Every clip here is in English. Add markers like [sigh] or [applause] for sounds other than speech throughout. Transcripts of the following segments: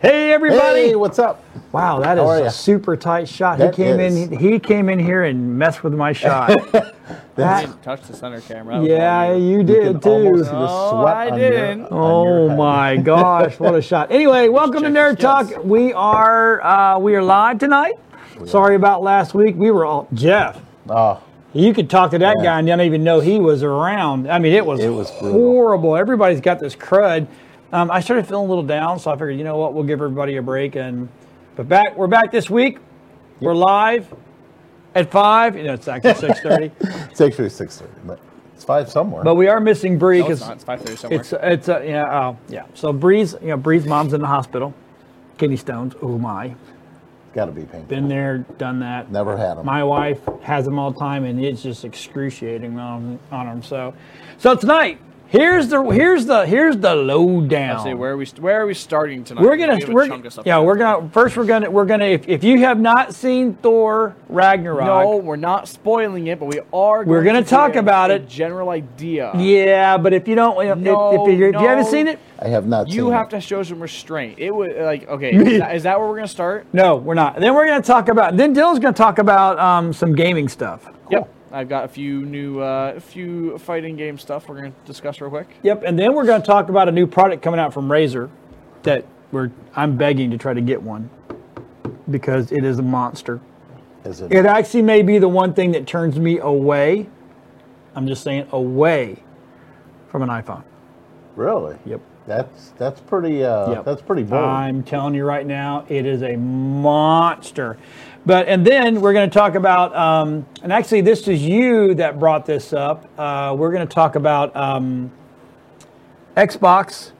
Hey everybody! Hey, what's up? Wow, that How are is ya? a super tight shot. That he came is. in. He came in here and messed with my [laughs] shot. I That- didn't touch the center camera. That was yeah, all you. you You can did too. almost see the No, sweat Oh, I on your- didn't. on your Oh head. [laughs] my gosh, what a shot! Anyway, welcome to check your Nerd Talk. skills. We are uh, we are live tonight. Sorry about last week. We were all Jeff. Oh, You could talk to that Yeah. guy and not even know he was around. I mean, it was, It was brutal. horrible. Everybody's got this crud. Um, I started feeling a little down, so I figured, you know what, we'll give everybody a break. And but back, we're back this week. We're live at five. You know, it's [laughs] actually six thirty, it's actually six thirty, but it's five somewhere. but we are missing Bree No, it's because not. It's 5:30 somewhere. it's it's uh, yeah oh, yeah. So Bree's you know Bree's mom's in the hospital, kidney stones. Oh my, it's got to be painful. been there, done that. Never had them. My wife has them all the time, and it's just excruciating on on them. So, so tonight here's the here's the here's the lowdown. Actually, where are we? Where are we starting tonight? we're gonna We have a we're, chunk of stuff yeah to we're do. gonna first we're gonna we're gonna if, if you have not seen Thor Ragnarok. No, we're not spoiling it, but we are. We're going gonna to talk give about a it. General idea. Yeah, but if you don't, if, No, if, if, you if you haven't no. seen it, I have not. You seen have it. to show some restraint. It was like okay. Is that, is that where we're going to start? no, we're not. Then we're gonna talk about. Then Dylan's gonna talk about um, some gaming stuff. Yep. I've got a few new, uh, a few fighting game stuff we're going to discuss real quick. Yep, and then we're going to talk about a new product coming out from Razer that we're I'm begging to try to get one because it is a monster. Is it, It actually may be the one thing that turns me away. I'm just saying away from an iPhone. really? Yep. That's that's pretty. Uh, Yep. That's pretty bold. I'm telling you right now, it is a monster. But and then we're going to talk about, um, and actually, this is you that brought this up. Uh, we're going to talk about um, Xbox,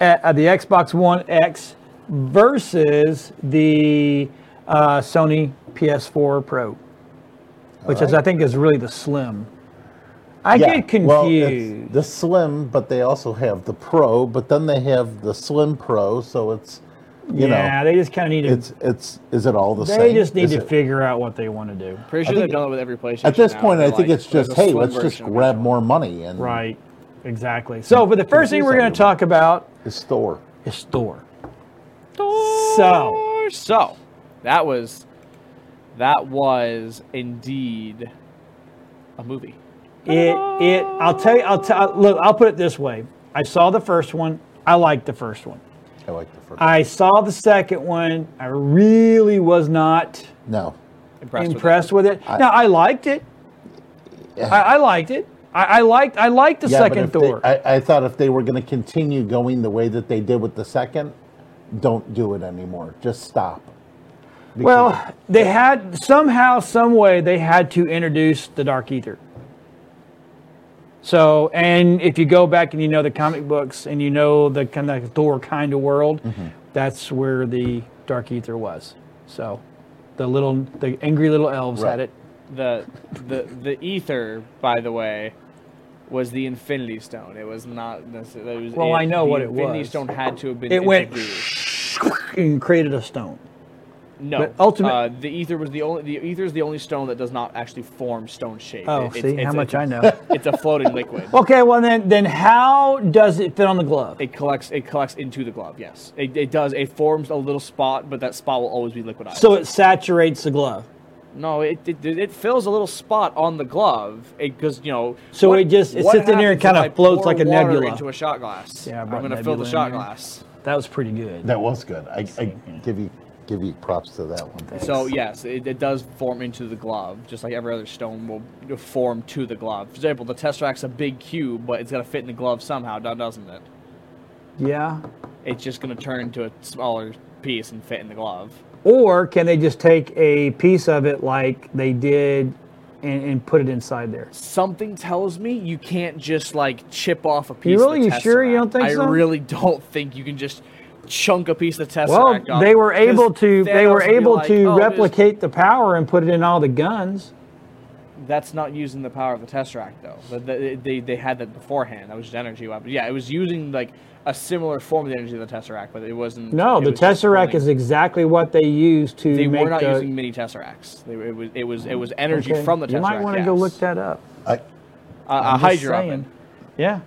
uh, uh, the Xbox One X versus the uh, Sony PS4 Pro, which is right. I think is really the slim. I yeah. get confused. Well, it's the slim, but they also have the pro, but then they have the slim pro, so it's you yeah, know, they just kind of need to. it's it's is it all the same? they just need Is to it- figure out what they want to do. Pretty sure think they've done it with every PlayStation. At this now. point, I They're think like, it's just there's a hey, slim let's just version of it. grab more money and Right, exactly. So, but the first thing we're going to talk about store. is Thor. So, So, that was that was indeed a movie. it it I'll tell you I'll tell look I'll put it this way. I saw the first one. I liked the first one. I like the first. I saw the second one. I really was not no, Impressed. with it. impressed with it. now I liked it. I, I liked it. I, I liked I liked the Yeah, but second if they- Thor. I, I thought if they were going to continue going the way that they did with the second, don't do it anymore. Just stop. Because- well, they had somehow, some way, they had to introduce the Dark Ether. So, and if you go back and you know the comic books and you know the kind of Thor kind of world, Mm-hmm. that's where the Dark Ether was. So, the little, the angry little elves had Right. it. the the the ether, by the way, was the Infinity Stone. It was not necessarily. It was, Well, it- I know the what it Infinity was. Stone had to have been. It went introduced. [laughs] and created a stone. No, but ultimate- Uh, the ether was the only. The ether is the only stone that does not actually form stone shape. Oh, It- see it's- it's- how much it's- I [laughs] know. It's a floating liquid. okay, well then, then how does it fit on the glove? It collects. It collects into the glove. Yes, it, it does. It forms a little spot, but that spot will always be liquidized. So it saturates the glove. no, it it, it fills a little spot on the glove because you know. So it just- it what sits in there and happens if kinda I floats pour like a water nebula. into a shot glass. Yeah, I I'm brought going to nebula fill the in shot there. glass. That was pretty good. that was good. I, I give you give you props to that one. So yes, it, it does form into the glove, just like every other stone will form to the glove. For example, the tesseract's a big cube, but it's gonna fit in the glove somehow, do- doesn't it? Yeah. It's just gonna turn into a smaller piece and fit in the glove. Or can they just take a piece of it like they did and, and put it inside there? Something tells me you can't just like chip off a piece. really- of you the sure you Tesseract. don't think I so? really don't think you can just chunk a piece of the Well, tesseract. off, they were able 'cause to they Thanos were would be able like, to "Oh, just- replicate the power and put it in all the guns. That's not using the power of the Tesseract, though. But they, they, they had that beforehand. That was just energy weapon. Yeah, it was using like a similar form of the energy of the Tesseract, but it wasn't. No, it the was just Tesseract pulling- is exactly what they used to They make were not the, using mini Tesseracts. They, were- it was it was it was energy Okay, from the Tesseract. You might want to go yes. look that up. I, Uh, a I'm just Hydra saying. weapon. Yeah.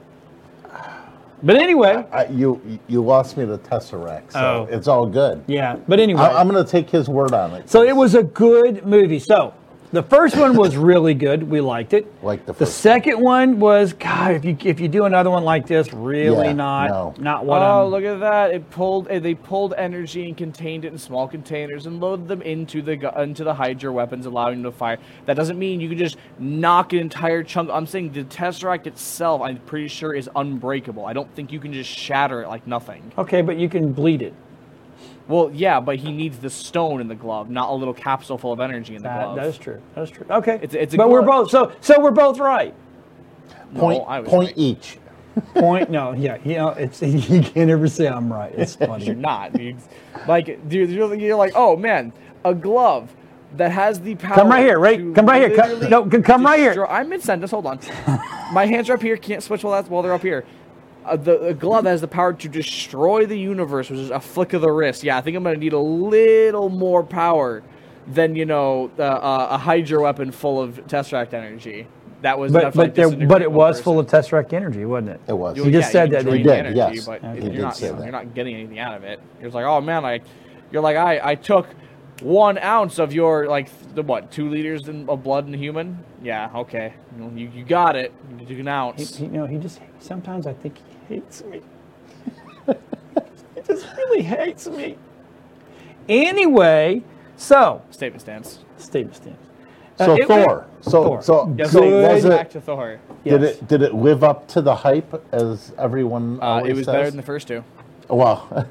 But anyway, I, you you lost me to Tesseract, so Oh. it's all good. yeah. But anyway, I, I'm going to take his word on it. so it was a good movie. So the first one [laughs] was really good. We liked it. Like the The first. second one was God. If you if you do another one like this, really Yeah, not no. not what um, oh, I'm. look at that! It pulled. eh, They pulled energy and contained it in small containers and loaded them into the gu- into the Hydra weapons, allowing them to fire. That doesn't mean you can just knock an entire chunk. I'm saying the Tesseract itself, I'm pretty sure, is unbreakable. I don't think you can just shatter it like nothing. okay, but you can bleed it. Well, yeah, but he needs the stone in the glove, not a little capsule full of energy in the That, glove. that is true. That is true. Okay, It's- it's a but we're both glitch. so so we're both right. Point, I was point right. each. Point no, yeah, you know it's [laughs] you can never say I'm right. It's You're [laughs] funny. not. You, like, dude, you're, you're like, oh man, a glove that has the power. right here, right- to come right here, come- literally no, c- come right here. destroy- I'm in sentence. Hold on. My hands are up here. Can't switch while that's while they're up here. Uh, the a glove that has the power to destroy the universe, which is a flick of the wrist. Yeah, I think I'm gonna need a little more power than you know uh, uh, a hydro weapon full of tesseract energy. That was but enough to, like, but there, disintegrate but it one was person. full of Tesseract energy, wasn't it? It was. You just said can that they drain did, the energy, yes. But Okay. if He you're did not, say that. you're not getting anything out of it. You're like, oh man, like, you're like, I, I took one ounce of your like the what two liters in, of blood in a human. Yeah, okay, You know, you, you got it. You took an He, ounce. he, you know, he just sometimes I think he hates me. [laughs] he just really hates me. Anyway, so Statement stands. Steve stands. Uh, So it was- Thor. So Thor. so Yeah, so so was Good. back it? to Thor. Did Yes. it did it live up to the hype as everyone? Uh, always it was says? better than the first two. Well,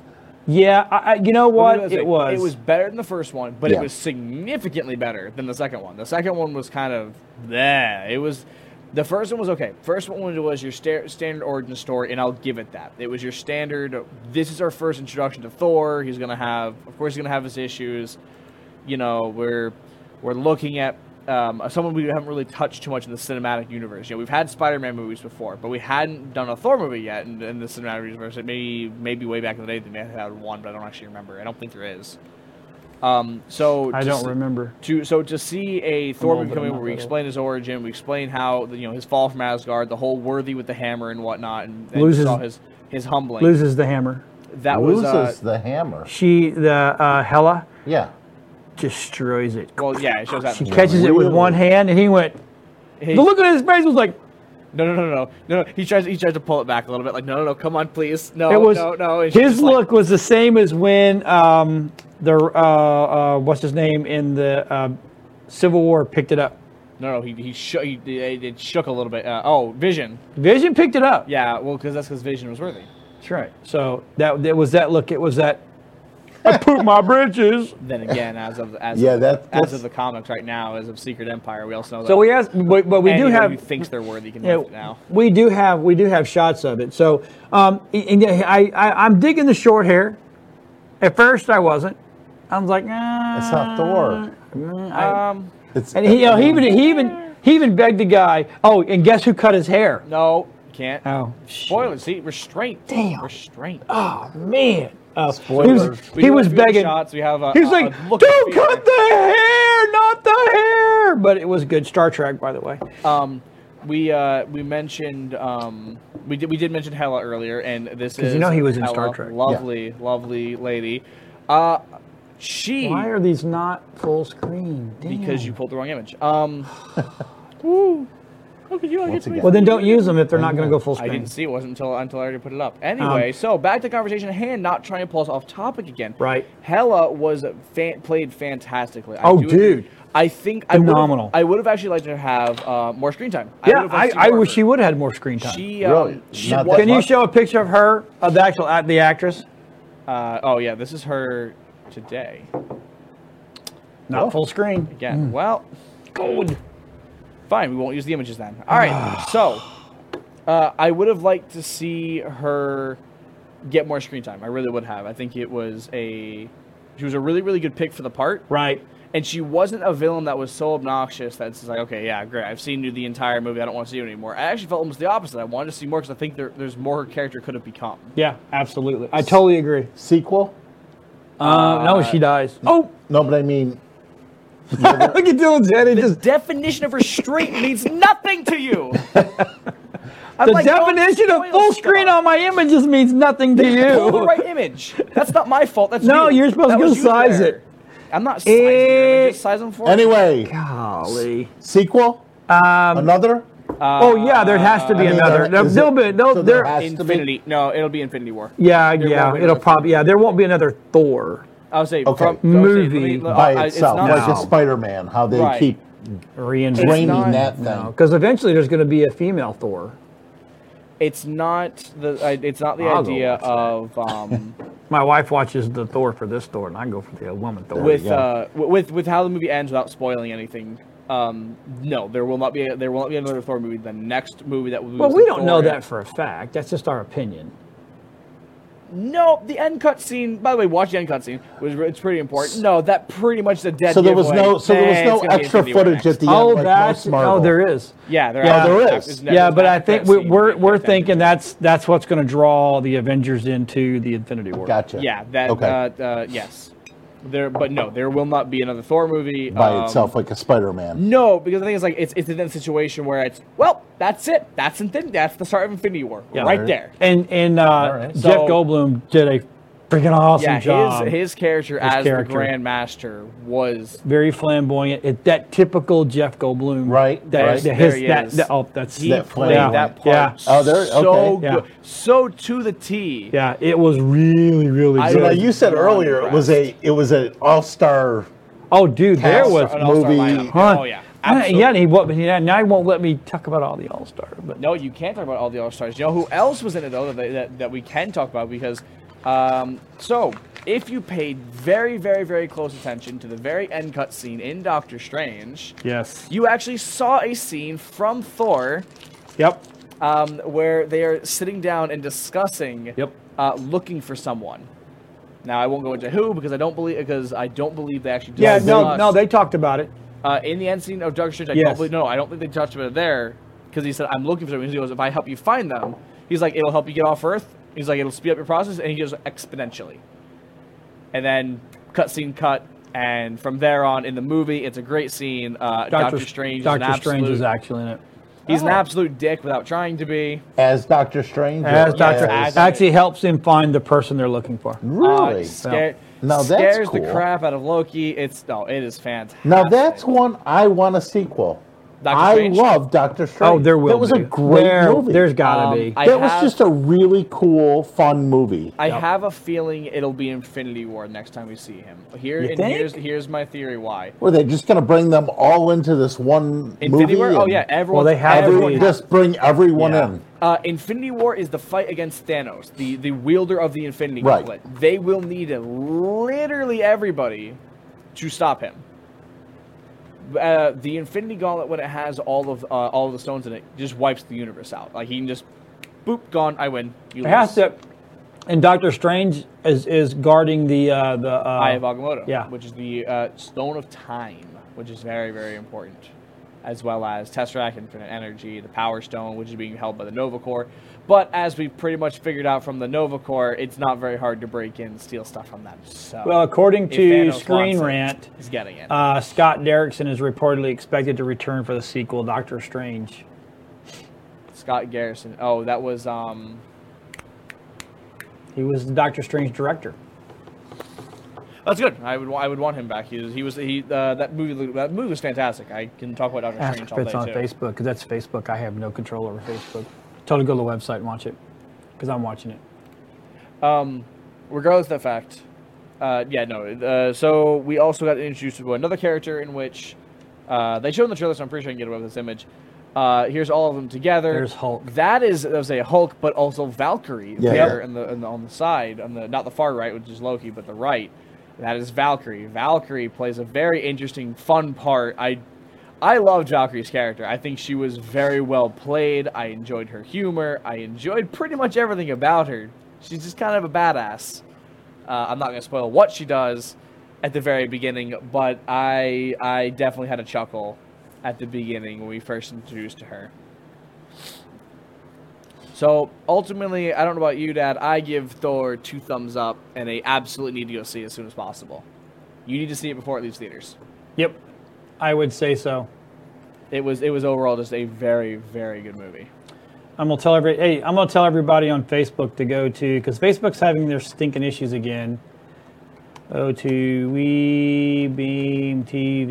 Yeah, I, I, you know Let me what? put It this way. was. It was better than the first one, but Yeah. it was significantly better than the second one. The second one was kind of there. It was. The first one was okay. First one was your sta- standard origin story, and I'll give it that. It was your standard. This is our first introduction to Thor. He's gonna have, of course, he's gonna have his issues. You know, we're we're looking at um, someone we haven't really touched too much in the cinematic universe. You know, we've had Spider-Man movies before, but we hadn't done a Thor movie yet in, in the cinematic universe. It may maybe way back in the day they may have had one, but I don't actually remember. I don't think there is. Um, so I to don't s- remember. To so to see a Thor old, movie but coming I'm where not we that old. explain his origin, we explain how the, you know his fall from Asgard, the whole worthy with the hammer and whatnot, and, and Loses- saw his his humbling. Loses the hammer. [laughs] that was loses uh, the hammer. She, the uh, Hella, Yeah. destroys it. well, yeah, it shows that. She catches it with one hand, and he went. Hey, The look on his face was like, No, no, no, no, no, no. He tries. He tries to pull it back a little bit. Like, no, no, no. Come on, please. No, it was. Oh, no, no. and she's his just like- look was the same as when um, the uh, uh, what's his name in the uh, Civil War picked it up. no, no. He he, sh- he it it shook a little bit. Uh, oh, Vision. Vision picked it up. Yeah. Well, because that's because Vision was worthy. that's right. So that that was that look. It was that. [laughs] I pooped my britches. Then [laughs] again, as of as Yeah, of, that- that's- as of the comics right now, as of Secret Empire, we also know that. So we asked, but, but we do anyone have. who thinks they're worthy can Yeah, lift it now. We do have we do have shots of it. So um, and yeah, I, I I'm digging the short hair. At first I wasn't. I was like, nah. It's not Thor. Um, It's Uh, mm, And he, you know, he even he even he even begged the guy. Oh, and guess who cut his hair? no, can't. Oh, Spoilers. See, restraint. Damn. Restraint. Oh man. Uh, he Spoilers. was, We he do was have beauty begging. Shots. We have. A, He was a- like, a Uh, look of "Don't fear. cut the hair, not the hair." But it was good Star Trek, by the way. Um, we uh, we mentioned um, we did we did mention Hela earlier, and this is you know he was in Hela, Star Trek. Yeah. Lovely, lovely lady. Uh, she Why are these not full screen? Damn. because you pulled the wrong image. [laughs] Um, Woo. How could you not Once get to me? again. Well, then don't use Um, them if they're not going to go full I screen. didn't see it wasn't until until I already put it up. Anyway, so back to the conversation at hand, not trying to pull us off topic again. Right. Hella was fan, played fantastically. I Oh, do agree. dude. I think I would've- Phenomenal. I would have actually liked to have uh, more screen time. Yeah, would've liked I, to see I more of wish her. she would have had more screen time. She, um, Really? she Not was, that Can you much. show a picture of her, of the actual uh, the actress? Uh, oh yeah, this is her today Not No. full screen. Hmm. again. Well, Gold. fine, we won't use the images then. [sighs] All right, so uh, I would have liked to see her get more screen time. I really would have. I think it was a she was a really really good pick for the part, Right. and she wasn't a villain that was so obnoxious that it's just like okay, yeah, great. I've seen you the entire movie. I don't want to see you anymore. I actually felt almost the opposite. I wanted to see more because I think there, there's more her character could have become. Yeah, absolutely. I totally agree. sequel. Uh, no, she dies. Oh, No, but I mean, look at Dylan's head. He just [laughs] Definition of restraint means nothing to you. I'm The like, don't definition of spoil full screen stuff. on my images means nothing [laughs] to Pull the you. right image. That's not my fault. That's No, you. you're supposed That to was go you size there. it. I'm not sizing it. Eh. I'm just size them for Oh, Anyway, Golly. sequel? Um, Another? oh yeah, there has to be Uh, I mean, another. there- There, is will be. it- No, so there there. has- to be- Infinity. No, it'll be Infinity War. yeah, there yeah. won't be It'll another probably. Yeah, there won't be another Thor. I would say Okay. from, I would say, let Movie me- let- I- uh, By it's itself, not- like a No. Spider Man, how they Right. keep Reinvent. draining not- that thing. Because eventually there's going to be a female Thor. It's not the. I- It's not the I'll go idea watch that. [laughs] of um, My wife watches the Thor for this Thor, and I go for the woman Thor. with go. uh, w- with with how the movie ends without spoiling anything. Um, no, there will not be a, there will not be another Thor movie. The next movie that will be well, we don't know Thor- that for a fact. That's just our opinion. No, the end cut scene. By the way, watch the end cut scene. Was re- it's pretty important. No, that pretty much the dead. So there was giveaway. no, so Nah, there it's was no gonna be extra Infinity War footage next. at the oh, end. like that's most Marvel. oh, there is. Yeah, there, Yeah, there there is. yeah, but I think we, we're we're thinking that's that's what's going to draw the Avengers into the Infinity War. Gotcha. Yeah, that. Okay. Uh, uh, yes, there. But no, there will not be another Thor movie By um, itself, like a Spider Man. No, because I think it's like it's it's in a situation where it's well, that's it. That's Infinity. That's the start of Infinity War, Yeah. right there. And and uh, right. Jeff So- Goldblum did a freaking awesome Yeah, job. his his character as character. the Grand Master was Very flamboyant. It, that typical Jeff Goldblum. Right, That, right. that There his, he that, is. that- oh, that's he That played flamboyant. that part Yeah. Oh, there- so okay. Yeah. good, so to the T. Yeah, it was really really I So now good. was you said not earlier it was a it was an all star. oh, dude, there All-star- was an all-star movie- lineup. Huh. Oh yeah, I- absolutely. yeah, and he won't. Yeah, now he won't let me talk about all the All Star. But No, you can't talk about all the All Stars. You know who else was in it though that, that, that we can talk about because, um, so if you paid very very very close attention to the very end cut scene in Doctor Strange, yes, you actually saw a scene from Thor yep, um, where they are sitting down and discussing Yep. uh, looking for someone. Now I won't go into who because I don't believe because I don't believe they actually. yeah. No, discussed- no, they talked about it. uh, in the end scene of Doctor Strange, I Yes. don't believe, no, I don't think they touched about it there because he said, I'm looking for them. He goes, if I help you find them, he's like, it'll help you get off Earth. He's like, it'll speed up your process. And he goes exponentially. And then cutscene cut. And from there on in the movie, it's a great scene. Uh, Doctor, Strange, Doctor is an Strange is absolute- actually in it. He's an Oh. absolute dick without trying to be. As Doctor Strange, or As Doctor Yes. actually helps him find the person they're looking for. really. Uh, scared, Now that's scares the cool. crap out of Loki. It's no, it is fantastic. now that's one I want a sequel. Doctor I Strange? love Doctor Strange. Oh, there will. That was be. a great There- movie. There's gotta Um, be. I- that was have- just a really cool, fun movie. I Yep. have a feeling it'll be Infinity War next time we see him. Here You and think? here's here's my theory why. Were they just going to bring them all into this one movie? Infinity War? Oh and yeah, everyone. they have everyone- Everyone- just bring everyone Yeah. in. Uh, Infinity War is the fight against Thanos, the the wielder of the Infinity Right. Gauntlet. They will need literally everybody to stop him. Uh, the Infinity Gauntlet, when it has all of uh, all of the stones in it, just wipes the universe out. Like he can just, boop, gone. I win. You It has lose. to. And Doctor Strange is is guarding the uh, the. Uh, Eye of Agamotto, yeah. which is the uh, Stone of Time, which is very, very important, as well as Tesseract, Infinite Energy, the Power Stone, which is being held by the Nova Corps. But as we pretty much figured out from the Nova Corps, it's not very hard to break in and steal stuff from them. So well, according if to Thanos Screen wants it, Rant, he's getting it. uh, Scott Derrickson is reportedly expected to return for the sequel Doctor Strange. Scott Garrison. Oh, that was um. He was the Doctor Strange director. That's good. I would wa- I would want him back. He was he was he uh, that movie looked- that movie was fantastic. I can talk about Doctor Ask if Strange all day Ah, it's on too. Facebook because that's Facebook. I have no control over Facebook. Tell her to go to the website and watch it because I'm watching it. regardless of that fact, uh, yeah, no. Uh, so we also got introduced to another character in which uh, they showed in the trailer, so I'm pretty sure I can get away with this image. Uh, here's all of them together. There's Hulk. That is, that was a Hulk, but also Valkyrie Yeah. there Yeah. in the, in the on the side, on the not the far right, which is Loki, but the right. That is Valkyrie. Valkyrie plays a very interesting, fun part. I, I loved Valkyrie's character. I think she was very well played. I enjoyed her humor. I enjoyed pretty much everything about her. She's just kind of a badass. Uh, I'm not going to spoil what she does at the very beginning, but I I definitely had a chuckle at the beginning when we first introduced to her. So ultimately, I don't know about you, Dad. I give Thor two thumbs up, and I absolutely need to go see it as soon as possible. You need to see it before it leaves theaters. Yep, I would say so. It was it was overall just a very very good movie. I'm gonna tell every hey, I'm gonna tell everybody on Facebook to go to because Facebook's having their stinking issues again. Go to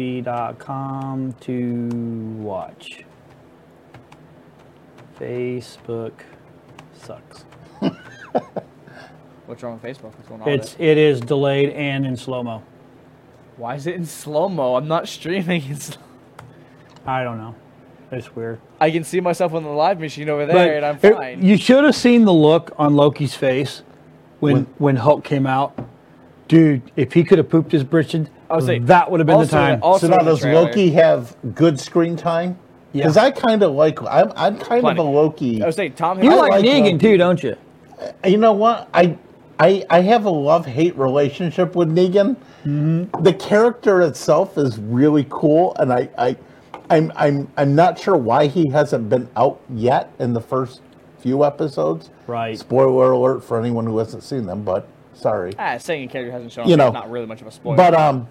webeamtv.com to watch. Facebook sucks. What's wrong with Facebook? What's going on? with It's it is delayed and in slow mo. it? Why is it in slow mo? I'm not streaming. [laughs] In slow- I don't know. It's weird. I can see myself on the live machine over there, and I'm it- fine. you should have seen the look on Loki's face when when, When- Hulk came out. Dude, if he could have pooped his britches, I would say- that would have been the also- time. also So now in the does trailer- Loki have good screen time? Yeah. Because I kind of like I'm I'm kind Plenty. of a Loki. I was saying Tom. you Hiddleston- like, like Negan Loki. too, don't you? You know what? I I I have a love hate relationship with Negan. The character itself is really cool, and I I I'm I'm I'm not sure why he hasn't been out yet in the first few episodes. Right. Spoiler alert for anyone who hasn't seen them, but sorry. ah, saying a character hasn't shown. You up, know, it's not really much of a spoiler. But um,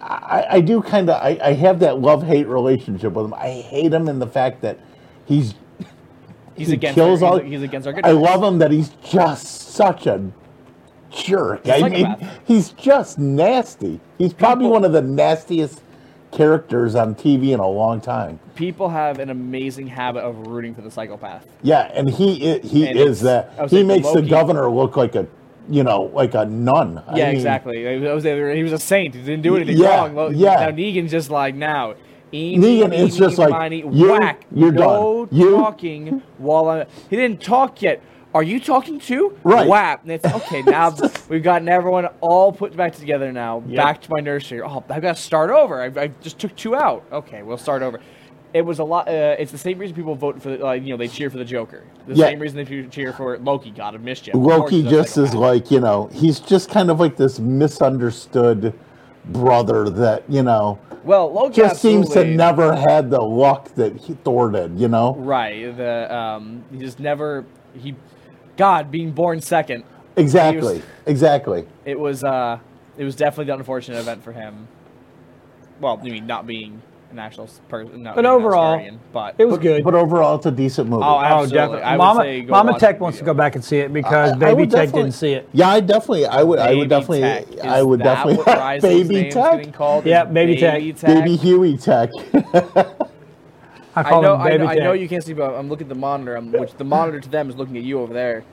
I, I do kind of I, I have that love hate relationship with him. I hate him in the fact that he's he's he against. kills our, all- he's, he's against our good. I guys. love him that he's just such a jerk. I mean, psychopath. he's just nasty. He's probably People- one of the nastiest characters on TV in a long time. People have an amazing habit of rooting for the psychopath. Yeah, and he i- he And is it's- that. I was He like, makes Loki- the governor look like a you know like a nun. I yeah, mean, exactly. I was- He was a saint. He didn't do anything Yeah, wrong. Well, yeah. Now Negan's just like now. Eeny, Negan is meeny, just like, miny, you- whack. you're no done. You- talking while I'm. He didn't talk yet. Are you talking too? Right. Whap. And it's okay. [laughs] Now we've gotten everyone all put back together. Now back to my nursery. Oh, I've got to start over. I, I just took two out. Okay, we'll start over. It was a lot. Uh, it's the same reason people vote for the, like you know they cheer for the Joker. The Yeah. same reason they cheer for Loki, God of Mischief. Of course Loki he's a just is psychopath. like you know he's just kind of like this misunderstood brother that you know well, Loki just seems to absolutely- never had the luck that he thwarted. You know. Right. The um, he just never he, God, being born second, Exactly. exactly. it was uh, it was definitely the unfortunate event for him. Well, I mean, not being an actual person, not But being an actual overall, guardian, but It was good. But overall, it's a decent movie. Oh, I- oh, absolutely. definitely. I would say Mama, go Mama watch Tech the wants to video. go back and see it because I Baby Tech would definitely- didn't see it. Yeah, I definitely. I would. I Baby would definitely. Tech. Is I would that definitely. [laughs] What Ryze's baby name's Tech. Getting called Yeah, Is Baby Tech. Baby Huey Tech. [laughs] I I call know, him I Baby know, I Tech. know you can't see, but I'm looking at the monitor. I'm, which the monitor to them is looking at you over there.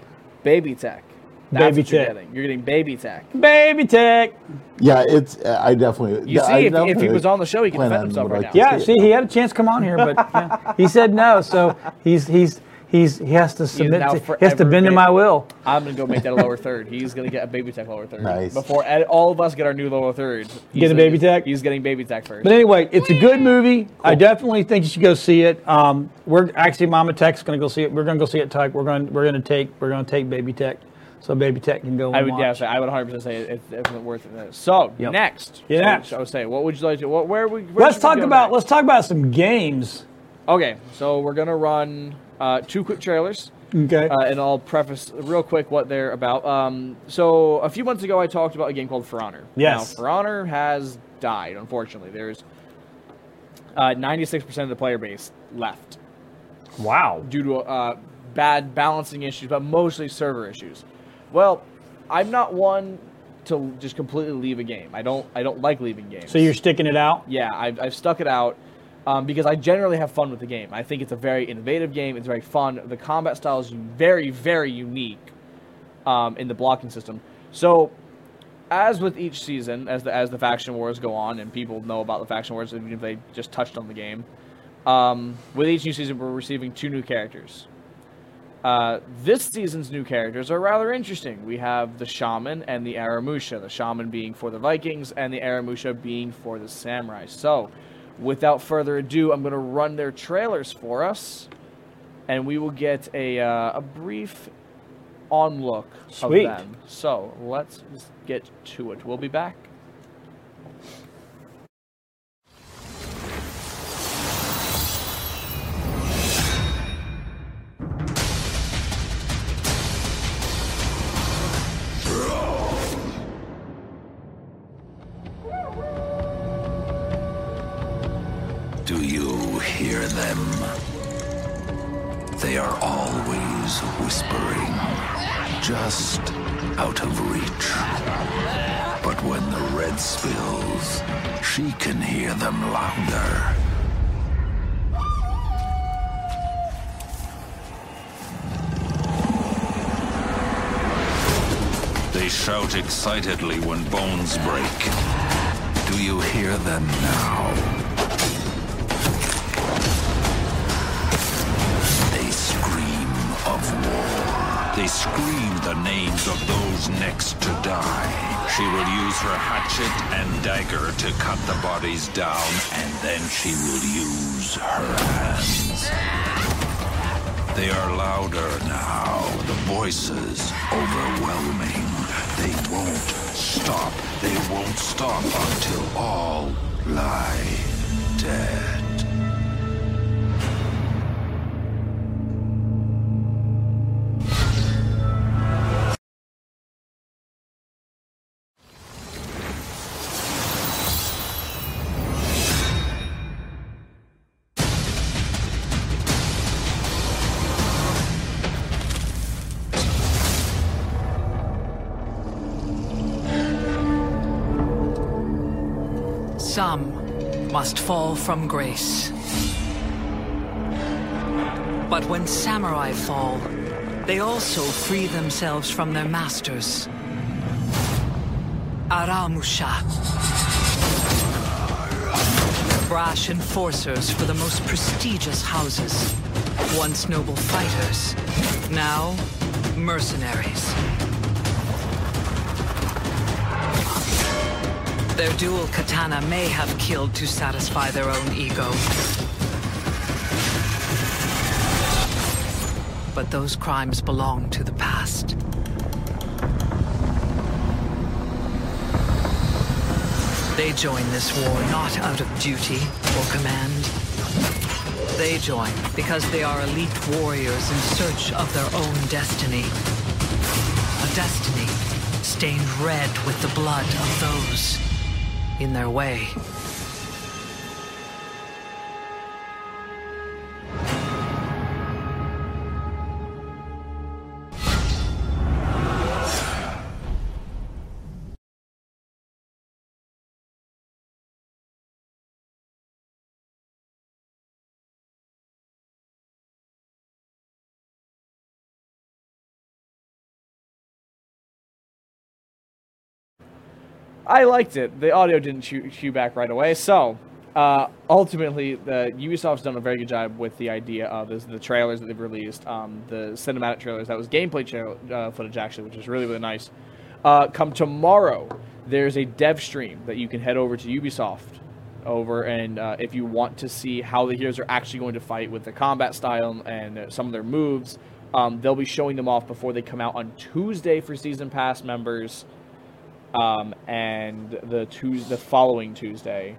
Baby Tech. That's Baby what you're Tech. Getting. You're getting Baby Tech. Baby Tech. yeah, it's. uh, I definitely. You I see, if, if he definitely was on the show, he could plan defend on himself what right I now. can Yeah, see it. see, he had a chance to come on here, but yeah, he said no, so he's he's he's he has to submit. To, now he has to forever bend to been- my will. I'm gonna go make that a lower third. He's gonna get a baby tech lower third. Nice. Before ed- all of us get our new lower third. He's Get a baby gonna- tech? He's getting baby tech first. But anyway, it's a good movie. I definitely think you should go see it. Um, we're actually Mama Tech's going to go see it. We're going to go see it, Tech. We're going we're going to take we're going to take Baby Tech, so Baby Tech can go. And I would watch. yeah, so I would 100 percent say it- it's definitely worth it. So Yep. next, Yeah, So- next. So, I would say, what would you like to? What, where we? Where Let's should we talk go about next? let's talk about some games. Okay, so we're gonna run uh, two quick trailers. Okay. Uh, and I'll preface real quick what they're about. Um, so a few months ago, I talked about a game called For Honor. Yes. Now, For Honor has died, unfortunately. There's uh, 96% of the player base left wow. due to uh, bad balancing issues, but mostly server issues. Well, I'm not one to just completely leave a game. I don't. I don't like leaving games. So you're sticking it out. Yeah, I've, I've stuck it out um, because I generally have fun with the game. I think it's a very innovative game. It's very fun. The combat style is very, very unique um, in the blocking system. So, as with each season, as the as the faction wars go on, and people know about the faction wars, even if they just touched on the game, um, with each new season, we're receiving two new characters. Uh, this season's new characters are rather interesting. We have the Shaman and the Aramusha. The Shaman being for the Vikings, and the Aramusha being for the Samurai. So, without further ado, I'm going to run their trailers for us, and we will get a, uh, a brief on look Sweet. of them. So, let's just get to it. We'll be back. Do you hear them? They are always whispering, just out of reach. But when the red spills, she can hear them louder. They shout excitedly when bones break. Do you hear them now? They scream of war. They scream the names of those next to die. She will use her hatchet and dagger to cut the bodies down, and then she will use her hands. They are louder now, the voices overwhelming. They won't stop. They won't stop until all lie dead. Some must fall from grace. But when samurai fall, they also free themselves from their masters. Aramusha. Brash enforcers for the most prestigious houses. Once noble fighters, now mercenaries. Their dual katana may have killed to satisfy their own ego. But those crimes belong to the past. They join this war not out of duty or command. They join because they are elite warriors in search of their own destiny. A destiny stained red with the blood of those in their way. I liked it. The audio didn't chew, chew back right away. So, uh, ultimately, the Ubisoft's done a very good job with the idea of is the trailers that they've released, um, the cinematic trailers. That was gameplay trail, uh, footage actually, which is really really nice. Uh, come tomorrow, there's a dev stream that you can head over to Ubisoft over, and uh, if you want to see how the heroes are actually going to fight with their combat style and uh, some of their moves. Um, they'll be showing them off before they come out on Tuesday for season pass members um, and the Tues the following Tuesday,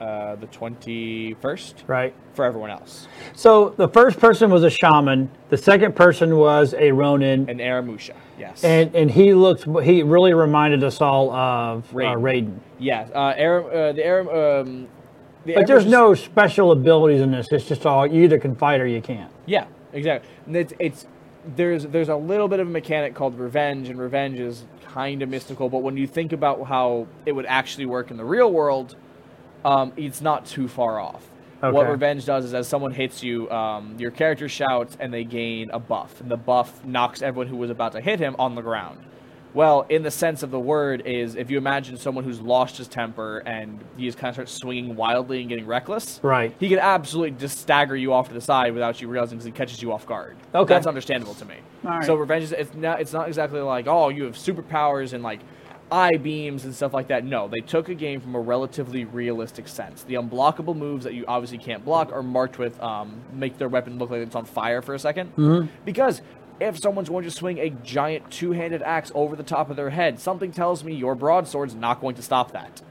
uh, the twenty first, Right. for everyone else. So the first person was a shaman. The second person was a Ronin, And Aramusha, yes, and and he looked he really reminded us all of Raiden. Uh, Raiden. Raiden. yeah, uh, Aram, uh, the Aram, um, the But there's Aramusha's- no special abilities in this. It's just all you either can fight or you can't. yeah, exactly. And it's, it's there's there's a little bit of a mechanic called revenge, and revenge is kind of mystical. But when you think about how it would actually work in the real world, um, it's not too far off. What Okay. revenge does is, as someone hits you, um, your character shouts and they gain a buff, and the buff knocks everyone who was about to hit him on the ground. Well, in the sense of the word, is if you imagine someone who's lost his temper and he just kind of starts swinging wildly and getting reckless, Right. He can absolutely just stagger you off to the side without you realizing because he catches you off guard. Okay. that's understandable to me. All right. So revenge is it's not it's not exactly like oh you have superpowers and like eye beams and stuff like that. No, they took a game from a relatively realistic sense. The unblockable moves that you obviously can't block are marked with um, make their weapon look like it's on fire for a 2nd because. If someone's going to swing a giant two-handed axe over the top of their head, something tells me your broadsword's not going to stop that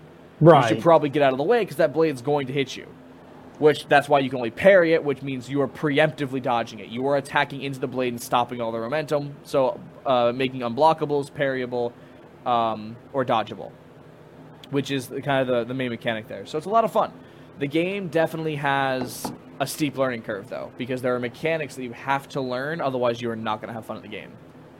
you Right. should probably get out of the way because that blade's going to hit you. Which that's why you can only parry it, which means you are preemptively dodging it. You are attacking into the blade and stopping all the momentum, so uh, making unblockables parryable um, or dodgeable, which is the, kind of the, the main mechanic there. So it's a lot of fun. The game definitely has a steep learning curve though, because there are mechanics that you have to learn, otherwise you are not going to have fun at the game.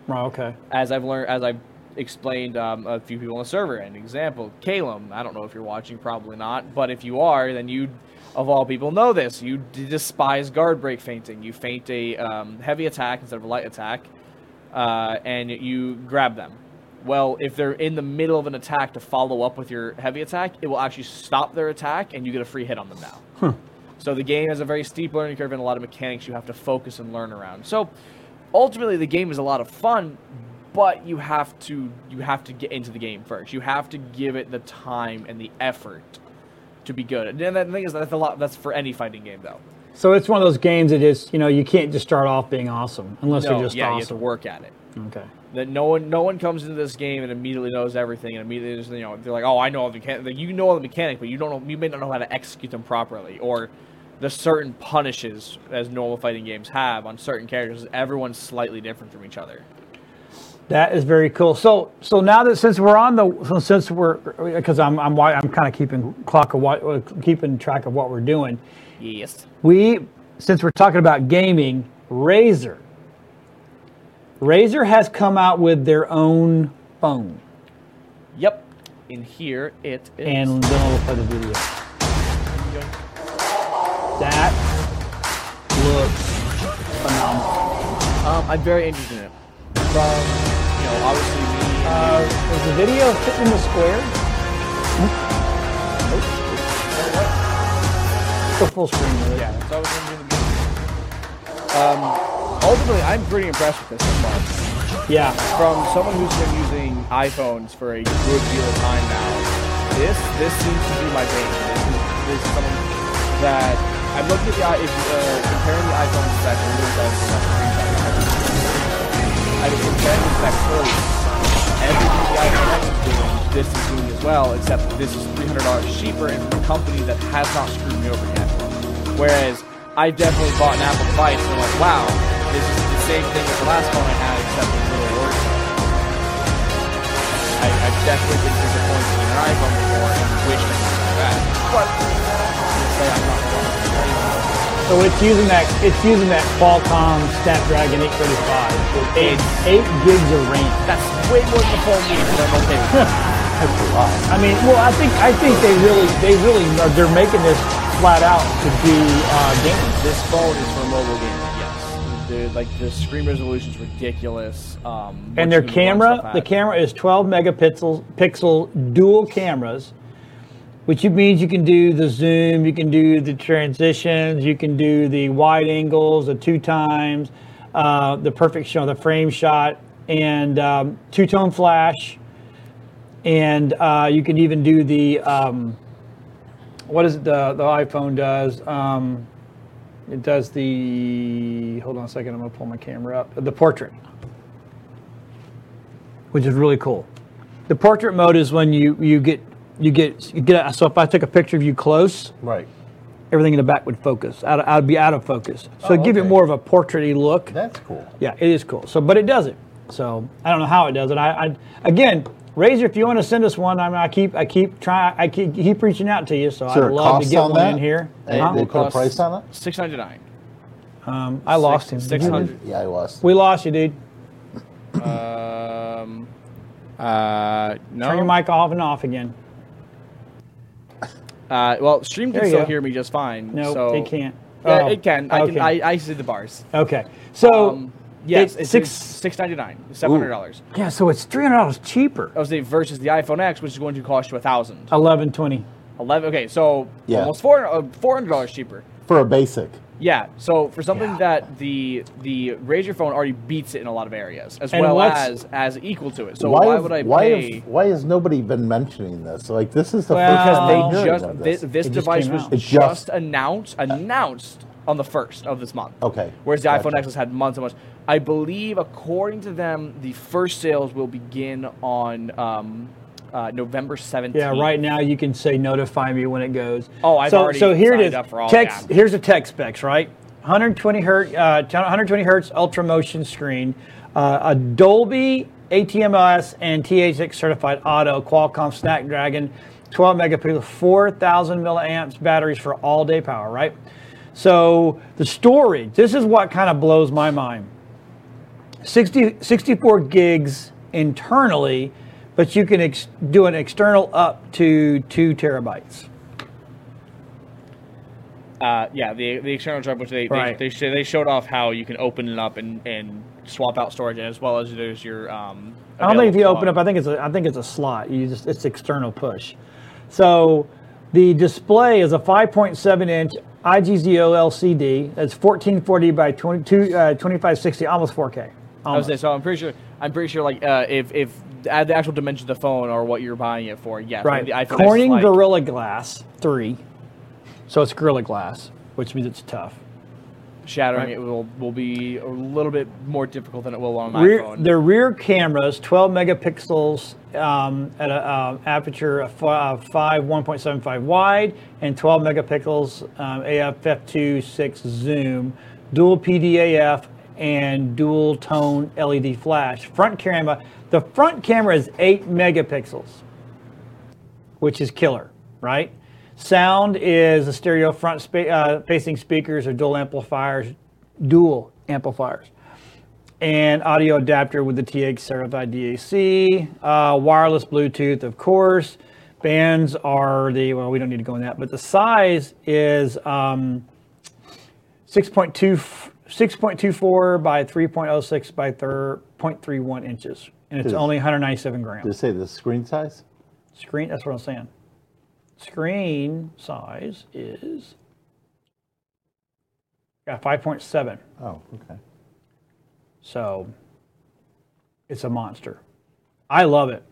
Oh, okay. As I've learned, as I've explained um, a few people on the server, an example, Calum. I don't know if you're watching, probably not, but if you are, then you, of all people, know this. You d- despise guard break fainting. You faint a um, heavy attack instead of a light attack, uh, and you grab them. Well, if they're in the middle of an attack to follow up with your heavy attack, it will actually stop their attack, and you get a free hit on them now. So the game has a very steep learning curve and a lot of mechanics you have to focus and learn around. So ultimately the game is a lot of fun, but you have to you have to get into the game first. You have to give it the time and the effort to be good. And the thing is that's a lot that's for any fighting game though. So it's one of those games that is, you know, you can't just start off being awesome unless No, you're just yeah, you have to awesome. work at it. okay. That no one no one comes into this game and immediately knows everything and immediately is, you know they're like oh I know all the mechanic like, you know all the mechanic but you don't know, you may not know how to execute them properly or the certain punishes as normal fighting games have on certain characters everyone's slightly different from each other. That is very cool. So, so now that since we're on the so since we're because I'm I'm wi- I'm kind of keeping clock of what uh, keeping track of what we're doing. Yes. We since we're talking about gaming, Razer. Razer has come out with their own phone, Yep. In here it is. and then we'll play the video. That looks phenomenal. um, I'm very interested in it. From you know obviously me. Uh, is the video fit in the square? Go full screen. Really. yeah. So I was gonna do the beginning. Um, ultimately I'm pretty impressed with this so far. Yeah. from someone who's been using iPhones for a good deal of time now, this this seems to be my thing. This is, this is something that I'm looking at the i- if, uh, comparing the iPhone spec and Windows spec. I was comparing the specs earlier. Everything the iPhone X is doing, this is doing as well, except that this is $300 cheaper and from a company that has not screwed me over yet. Whereas I definitely bought an Apple device and I'm like, wow, this is the same thing as the last phone I had, except it's a little worse. I, I've definitely been disappointed in an iPhone before and wished I had it back. But let's say I'm not wrong. So it's using that it's using that Qualcomm Snapdragon 835 with eight eight gigs of RAM. That's way more than the phone needs, but I'm okay with it. I mean, well, I think I think they really they really are, they're making this flat out to be uh, gaming. This phone is for mobile gaming, yes. The, like, the screen resolution's ridiculous. Um, And their camera, the camera is 12 megapixel pixel dual cameras, which means you can do the zoom, you can do the transitions, you can do the wide angles, the two times, uh, the perfect shot, the frame shot, and um, two tone flash, and uh, you can even do the um, what is it the the iPhone does. Um, it does the hold on a second. I'm gonna pull my camera up. The portrait which is really cool. The portrait mode is when you you get you get you get so if I took a picture of you close, Right. everything in the back would focus. I'd, I'd be out of focus, so give it okay. more of a portraity look. That's cool. yeah, it is cool. So, but it does it. So I don't know how it does it. I, I again, Razor, if you want to send us one, I, mean, I keep I keep trying I keep, keep reaching out to you. So there I'd a love to cost get on one that? in here. Hey, Huh? they put a price on it? Six ninety nine. Um, I lost him. Six hundred. Yeah, I lost. We lost you, dude. Um. Uh. Turn your No. mic off and off again. Uh, well, stream There can you still go. hear me just fine. No, so. it can't. Yeah, Oh, it can. I okay. can. I, I see the bars. Okay. So Um, yes, it- it's six. six six ninety nine, seven hundred dollars. yeah, so it's three hundred dollars cheaper. I was saying versus the iPhone X, which is going to cost you a thousand. Eleven twenty. Eleven. Okay, so Yeah. almost four uh, four hundred dollars cheaper. For a basic. Yeah. So for something Yeah. that the the Razor phone already beats it in a lot of areas, as And well what's- as as equal to it. So why, why, have- would I why pay? have- why has nobody been mentioning this? Like, this is the Well, first time Because I'm they hearing just of thi- this, this. It just device came was out. It just, just- announced announced on the first of this month. Okay, Whereas the iPhone gotcha. X has had months and months. I believe, according to them, the first sales will begin on um, uh, November seventeenth. Yeah, right now you can say notify me when it goes. Oh, I've so, already so here it signed is. up for all text, that. Here's the tech specs, right? 120 hertz, uh, 120 hertz ultra motion screen, uh, a Dolby ATMS and THX certified auto Qualcomm Snapdragon, 12 megapixel, 4,000 milliamps batteries for all day power, right? So the storage, this is what kind of blows my mind. 60, 64 gigs internally, but you can ex- do an external up to two terabytes. Uh, yeah, the the external drive, which they Right. they, they, sh- they showed off how you can open it up and, and swap out storage, as well as there's your. Um, I don't think if you available open up, I think it's a, I think it's a slot. You just it's external push. So the display is a 5.7 inch IGZO LCD. That's 1440 by 22 uh, 2560, almost 4K. I was Almost. saying, so I'm pretty sure. I'm pretty sure, like, uh, if if add the actual dimension of the phone or what you're buying it for, yes, Right. The iPhone is Corning like- Gorilla Glass 3. So it's Gorilla Glass, which means it's tough. shattering Right. it will will be a little bit more difficult than it will on an Rear, iPhone. their rear cameras, 12 megapixels um, at an um, aperture of fi- uh, 5, 1.75 wide, and 12 megapixels um, AF f2.6 zoom, dual PDAF, and dual tone LED flash. Front camera, the front camera is 8 megapixels, which is killer, right? Sound is a stereo front spa- uh, facing speakers or dual amplifiers, dual amplifiers and audio adapter with the TX certified DAC, uh, wireless Bluetooth, of course. Bands are the well, we don't need to go in that, but the size is um, 6.2 6.24 by 3.06 by thir- 0.31 inches, and it's Dude. only 197 grams. Did it say the screen size? Screen. That's what I'm saying. Screen size is yeah 5.7. Oh, okay. So it's a monster. I love it.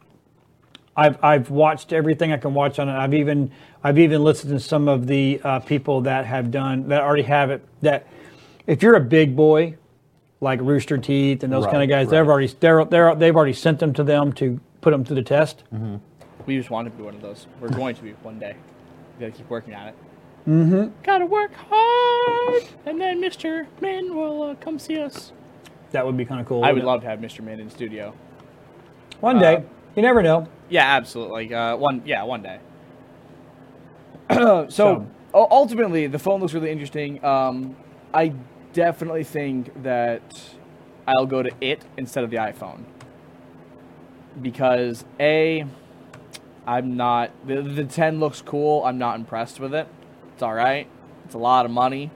I've I've watched everything I can watch on it. I've even I've even listened to some of the uh, people that have done that already have it. That if you're a big boy, like Rooster Teeth and those Right, kind of guys, they've right. already they're, they're they've already sent them to them to put them to the test. Mm-hmm. we just want to be one of those. We're going to be one day. We gotta keep working at it. Mm-hmm. Gotta work hard, and then Mr. Min will uh, come see us. That would be kind of cool. I would wouldn't love to have Mr. Min in studio. it? one day. uh, you never know. Yeah, absolutely. Like uh, one, yeah, one day. [clears throat] so, So- u- ultimately, the phone looks really interesting. Um, I definitely think that I'll go to it instead of the iPhone because a, I'm not the, the 10 looks cool. I'm not impressed with it. It's all right. It's a lot of money.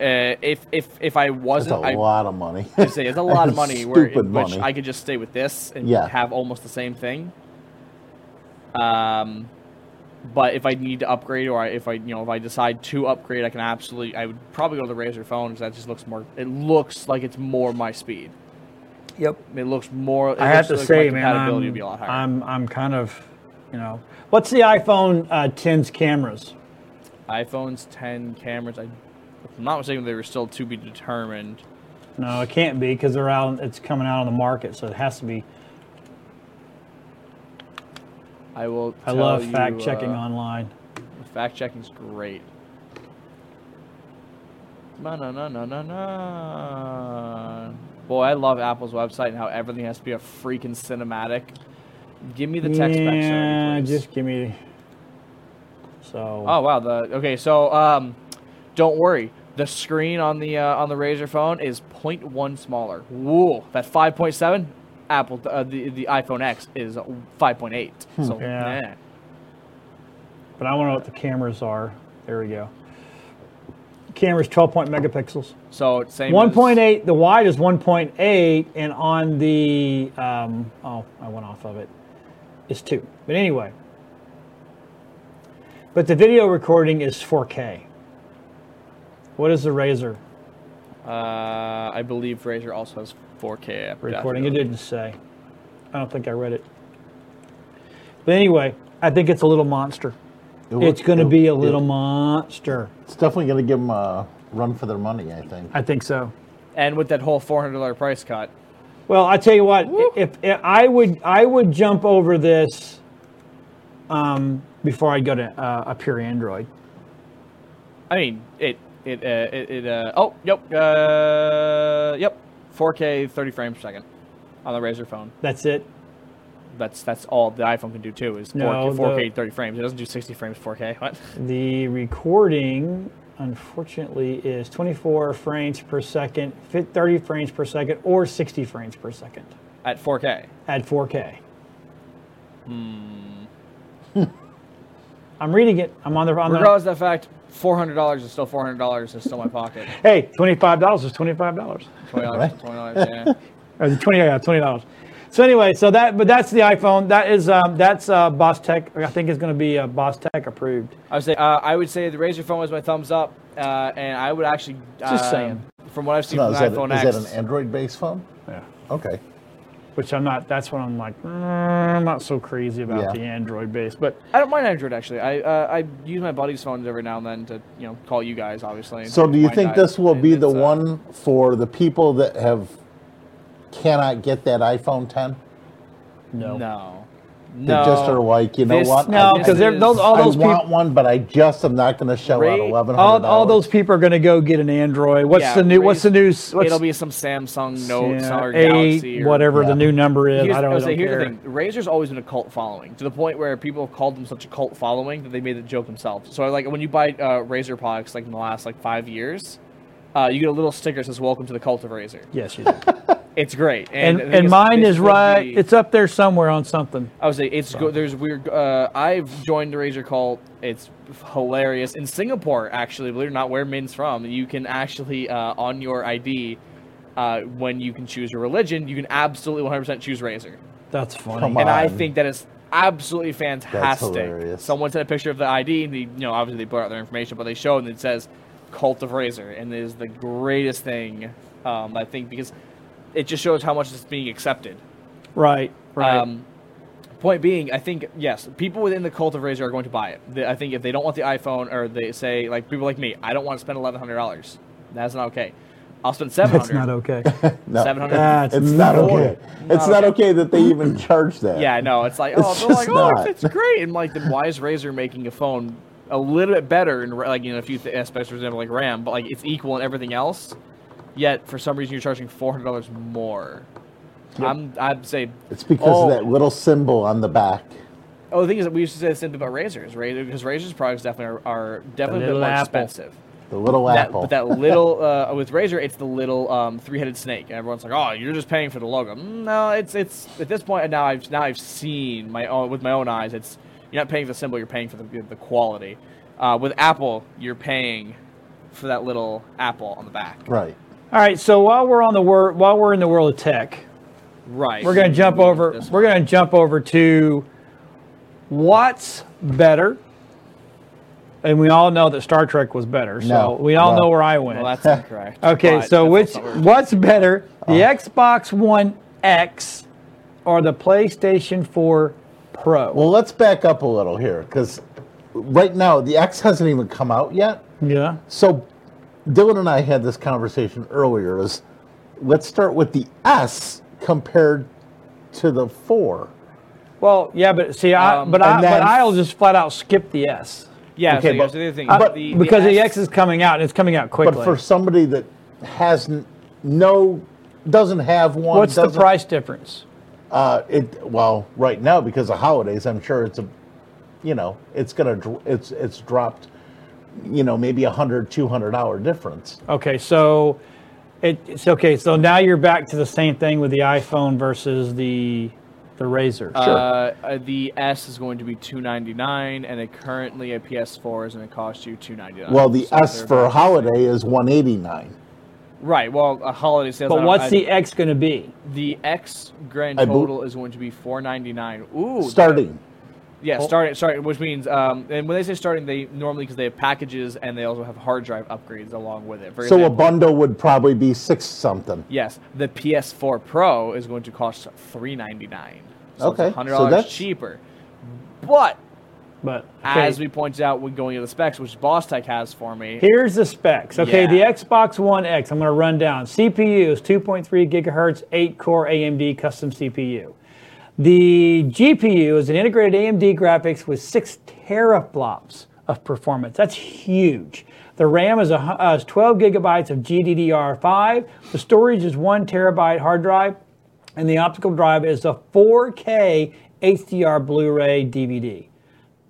Uh, if if if I That's a wasn't, I lot of money. [laughs] to say it's a lot of money where Stupid in money. which I could just stay with this and Yeah. have almost the same thing. Um, but if I need to upgrade or I, if I you know if I decide to upgrade, I can absolutely I would probably go to the Razer phone because that just looks more. It looks like it's more my speed. Yep. It looks more. It I have looks to like say, my man, compatibility I'm, would be a lot higher. I'm I'm kind of, you know, what's the iPhone uh, 10's cameras? iPhones 10 cameras. I, if I'm not mistaken, they were still to be determined. No, it can't be because they're out. It's coming out on the market, so it has to be. I will. I tell love you, fact checking uh, online. Fact checking's great. Na na na na na na. Boy, I love Apple's website and how everything has to be a freaking cinematic. Give me the text back, yeah, Sony, please. just give me. So Oh wow, the okay. So um, don't worry. The screen on the uh, on the Razer phone is 0.1 smaller. Whoa, that 5.7. Apple uh, the the iPhone X is 5.8. So Hmm. Yeah. yeah. but I want to know what the cameras are. There we go. Cameras 12 point megapixels. So it's same. as- 1.8. The wide is 1.8, and on the um, oh, I went off of it. It's two. But anyway, but the video recording is 4K. What is the Razer Uh, I believe Razer also has 4K app recording? It capability. didn't say. I don't think I read it. But anyway, I think it's a little monster. It would- It's going to it- be a it- little monster. It's definitely going to give them a run for their money, I think. I think so. And with that whole four hundred dollar price cut, Well, I tell you what, if, if I would, I would jump over this um, before I go to uh, a pure Android. I mean it it uh, it, it uh, oh yep uh, yep four K thirty frames per second on the Razer phone. That's it. That's that's all the iPhone can do too is No, four K the- [laughs] thirty frames. It doesn't do sixty frames four K. What? The recording unfortunately, is 24 frames per second, fi- 30 frames per second, or 60 frames per second at 4K. at 4K. [laughs] I'm reading it. I'm on the. On the Regardless of the fact, four hundred dollars is still four hundred dollars. It's still in my pocket. hey, $25 is $25. Twenty dollars, twenty dollars. Yeah. Or the twenty, yeah, twenty dollars. So anyway, so that but that's the iPhone. That is um, that's uh, Boss Tech. I think it's going to be uh, Boss Tech approved. I would say uh, I would say the Razor phone was my thumbs up, uh, and I would actually uh, Just saying. From what I've seen No, from is, the that, iPhone is X, that an Android based phone? Yeah. Okay. Which I'm not. That's what I'm like. mm, I'm not so crazy about Yeah. the Android base, but I don't mind Android actually. I uh, I use my buddy's phones every now and then to you know call you guys obviously. and So do you find think out. this will It- be it's, the uh, one for the people that have cannot get that iPhone 10? no. No. They No. just are like, you know This- what? No, I- because they're- those all I those want people, one, but I just am not going to shell out Ray- eleven hundred. all, all those people are going to go get an Android. What's Yeah, the new? What's the Razr- new? s- What's, It'll be some Samsung Note yeah, or Galaxy eight, or whatever the yeah. new number is. Here's, I don't, I'll I say, don't here's care. the thing. Razor's always been a cult following to the point where people have called them such a cult following that they made the joke themselves. So like when you buy uh, Razor products like in the last like five years, uh, you get a little sticker that says "Welcome to the cult of Razor." [laughs] Yes, you do. It's great, and I think and it's- mine this is will right. be- It's up there somewhere on something. I would say it's go, there's weird. Uh, I've joined the Razor cult. It's hilarious in Singapore. Actually, believe it or not, where Min's from, you can actually uh, on your ID uh, when you can choose your religion, you can absolutely 100% choose Razor. That's funny. Come on. and I think that is absolutely fantastic. hilarious. Someone sent a picture of the ID, and they, you know, obviously they blur out their information, but they show and it says "Cult of Razor," and it is the greatest thing um, I think because it just shows how much it's being accepted. Right. Right. Um, point being, I think yes, people within the Cult of Razor are going to buy it. They, I think if they don't want the iPhone, or they say like people like me, I don't want to spend eleven hundred dollars. That's not okay. I'll spend seven That's hundred. not okay. [laughs] no, Seven hundred. That's It's not okay. It's Not not okay that they [clears throat] even charge that. Yeah, no, it's like, [laughs] It's oh, they're like, just oh, not. it's great. And like, then why is Razer making a phone a little bit better and like you know a few th- aspects, for example, like RAM, but like it's equal in everything else. Yet for some reason you're charging four hundred dollars more. I'm I'd say It's because Oh. of that little symbol on the back. oh the thing is that we used to say the same thing about Razers, Razor because Razer's products definitely are, are definitely a bit little more apple. expensive. The little That, apple. but that little [laughs] uh, with Razor, it's the little um, three-headed snake. And everyone's like, "Oh, you're just paying for the logo." Mm, No, it's it's at this point now. I've now I've seen my own with my own eyes. It's you're not paying for the symbol. You're paying for the the quality. Uh, with Apple, you're paying for that little apple on the back. right. All right. So while we're on the wor- while we're in the world of tech, Right. we're going to jump over. This We're going to jump over to what's better. And we all know that Star Trek was better. So No, we all no. know where I Well, went. that's incorrect. okay. but So which that's not what we're- Uh-huh. what's better, the Xbox One X or the PlayStation 4 Pro? Well, let's back up a little here because right now the X hasn't even come out yet. yeah. So Dylan and I had this conversation earlier. Is let's start with the S compared to the four. Well, yeah, but see, I, Um, but I, and then- but I'll just flat out skip the S. yeah. okay, so but- here's the other thing. I- but the, because uh, the X is. is coming out and it's coming out quickly. But for somebody that has n- no, doesn't have one. What's the doesn't- price difference? Uh, it well, right now because of holidays, I'm sure it's a, you know, it's gonna dr- it's it's dropped, you know, maybe a hundred, two hundred dollar difference. Okay, so it, it's okay. So now you're back to the same thing with the iPhone versus the the Razor. Uh, uh, the S is going to be two ninety nine, and it currently a PS4 is going to cost you two ninety nine. Well, the S for holiday is one eighty nine. right. Well, a holiday sales. I but don't- what's I- the X going to be? the X grand I bel- total is going to be four ninety nine. Ooh, the- Starting, oh. Yeah, starting. Starting, which means, um, and when they say starting, they normally because they have packages and they also have hard drive upgrades along with it. For so a example, bundle would probably be six something. yes, the PS4 Pro is going to cost three ninety nine. So Okay, it's hundred so dollars that's- cheaper. But But okay, as we pointed out when going into the specs, which Boss Tech has for me, here's the specs. Okay, Yeah. the Xbox One X. I'm going to run down. CPU is 2.3 gigahertz, eight core AMD custom CPU. The GPU is an integrated AMD graphics with six teraflops of performance. That's huge. The RAM is, a, hu- uh, is 12 gigabytes of GDDR5. The storage is one terabyte hard drive, and the optical drive is a 4K HDR Blu-ray DVD.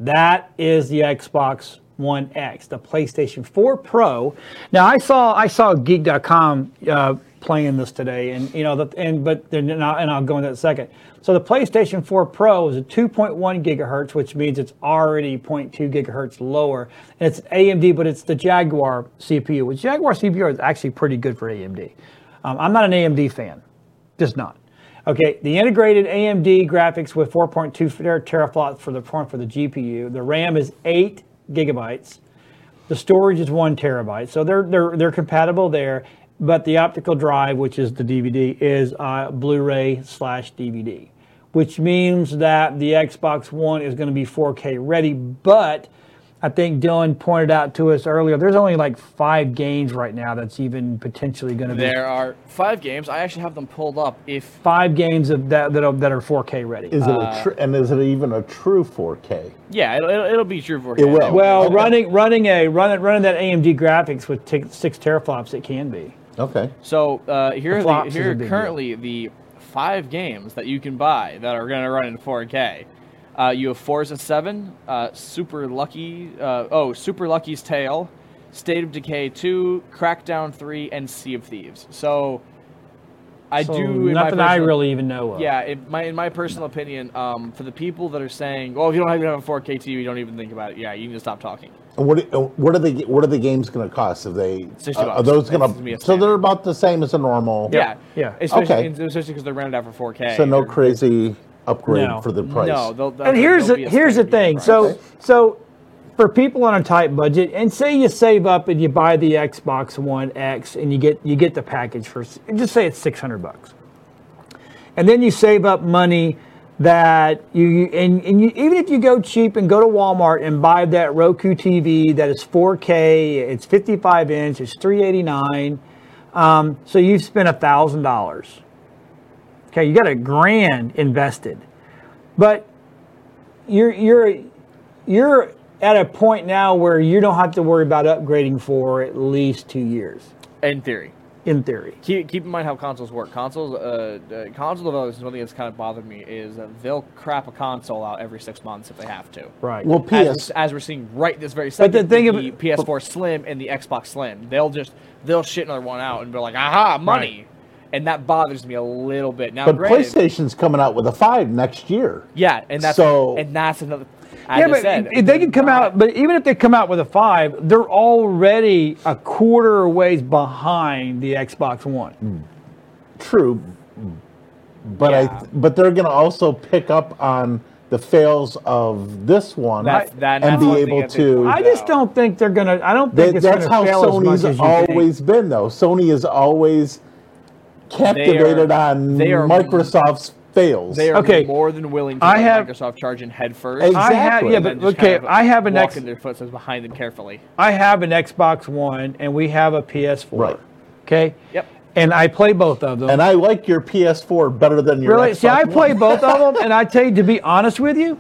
That is the Xbox One X, the PlayStation 4 Pro. Now I saw I saw Geek.com uh, playing this today, and you know the and but they're not, and I'll go into that in a second. So the PlayStation 4 Pro is a 2.1 gigahertz, which means it's already 0.2 gigahertz lower, and it's AMD, but it's the Jaguar CPU. Which Jaguar CPU is actually pretty good for AMD. Um, I'm not an AMD fan, just not. Okay, the integrated AMD graphics with 4.2 ter- teraflops for the for the GPU. The RAM is eight gigabytes. The storage is one terabyte. So they're they're they're compatible there. But the optical drive, which is the DVD, is uh, Blu-ray slash DVD, which means that the Xbox One is going to be 4K ready. But I think Dylan pointed out to us earlier, there's only like five games right now that's even potentially going to be There are five games. I actually have them pulled up. If five games of that that are, that are 4K ready. Uh, Is it Uh, a tr- and is it even a true 4K? yeah, it'll, it'll, it'll be true for It will. Well, running running a running running that AMD graphics with t- six teraflops, it can be. Okay. So uh, here The are flops the, is here a are big deal. currently the five games that you can buy that are going to run in 4K. Uh, you have Forza 7, uh, Super Lucky, uh, oh Super Lucky's Tale, State of Decay 2, Crackdown 3, and Sea of Thieves. So I So do in my nothing I personal- really even know of. yeah, in my, in my personal opinion, um, for the people that are saying, "Well, if you don't even have a 4K TV, you don't even think about it." Yeah, you need to stop talking. And what uh, what are the what are the games going to cost? If they 60 are- are bucks. those That's going gonna be a to so they're about the same as a normal. Yeah. yeah, especially Okay. especially because they're rented out for 4K. So no They're- crazy upgrade No. for the price. No, they'll, they'll, And here's they'll the be a here's the standard thing. price. So so for people on a tight budget, and say you save up and you buy the Xbox One X and you get you get the package for s- just say it's six hundred bucks, and then you save up money that you you- and, and you, even if you go cheap and go to Walmart and buy that Roku TV that is 4K, it's 55 inch, it's 389. Um, so you've spent a thousand dollars. Okay, you got a grand invested, but you're you're you're at a point now where you don't have to worry about upgrading for at least two years, in theory, in theory. keep, keep in mind how consoles work. Consoles, uh, uh, console developers. One thing that's kind of bothered me is that they'll crap a console out every six months if they have to. Right. Well, As, PS. we're- as we're seeing right this very second, the thing with of the it- PS4 Slim and the Xbox Slim, they'll just they'll shit another one out and be like, "Aha, money," and that bothers me a little bit. Now, But granted, PlayStation's coming out with a five next year. yeah, and that's So- and that's another. I yeah, just but said, if they could come out, but even if they come out with a five, they're already a quarter ways behind the Xbox One. True, but Yeah. I but they're going to also pick up on the fails of this one That's- that- and that's be one thing able that they- to. I just don't think they're gonna. I don't think That- it's that's gonna how fail as much Sony's as you think. always been, though. Sony has always captivated on they are- Microsoft's fails. They are Okay. more than willing to I let have- Microsoft charge in head first. Exactly. I have, yeah, And but and just okay. kind of I have an walk X. in their footsteps behind them carefully. I have an Xbox One, and we have a PS4. Right. Okay. Yep. And I play both of them. and I like your PS4 better than your Really? Xbox See, I One. [laughs] play both of them, and I tell you, to be honest with you,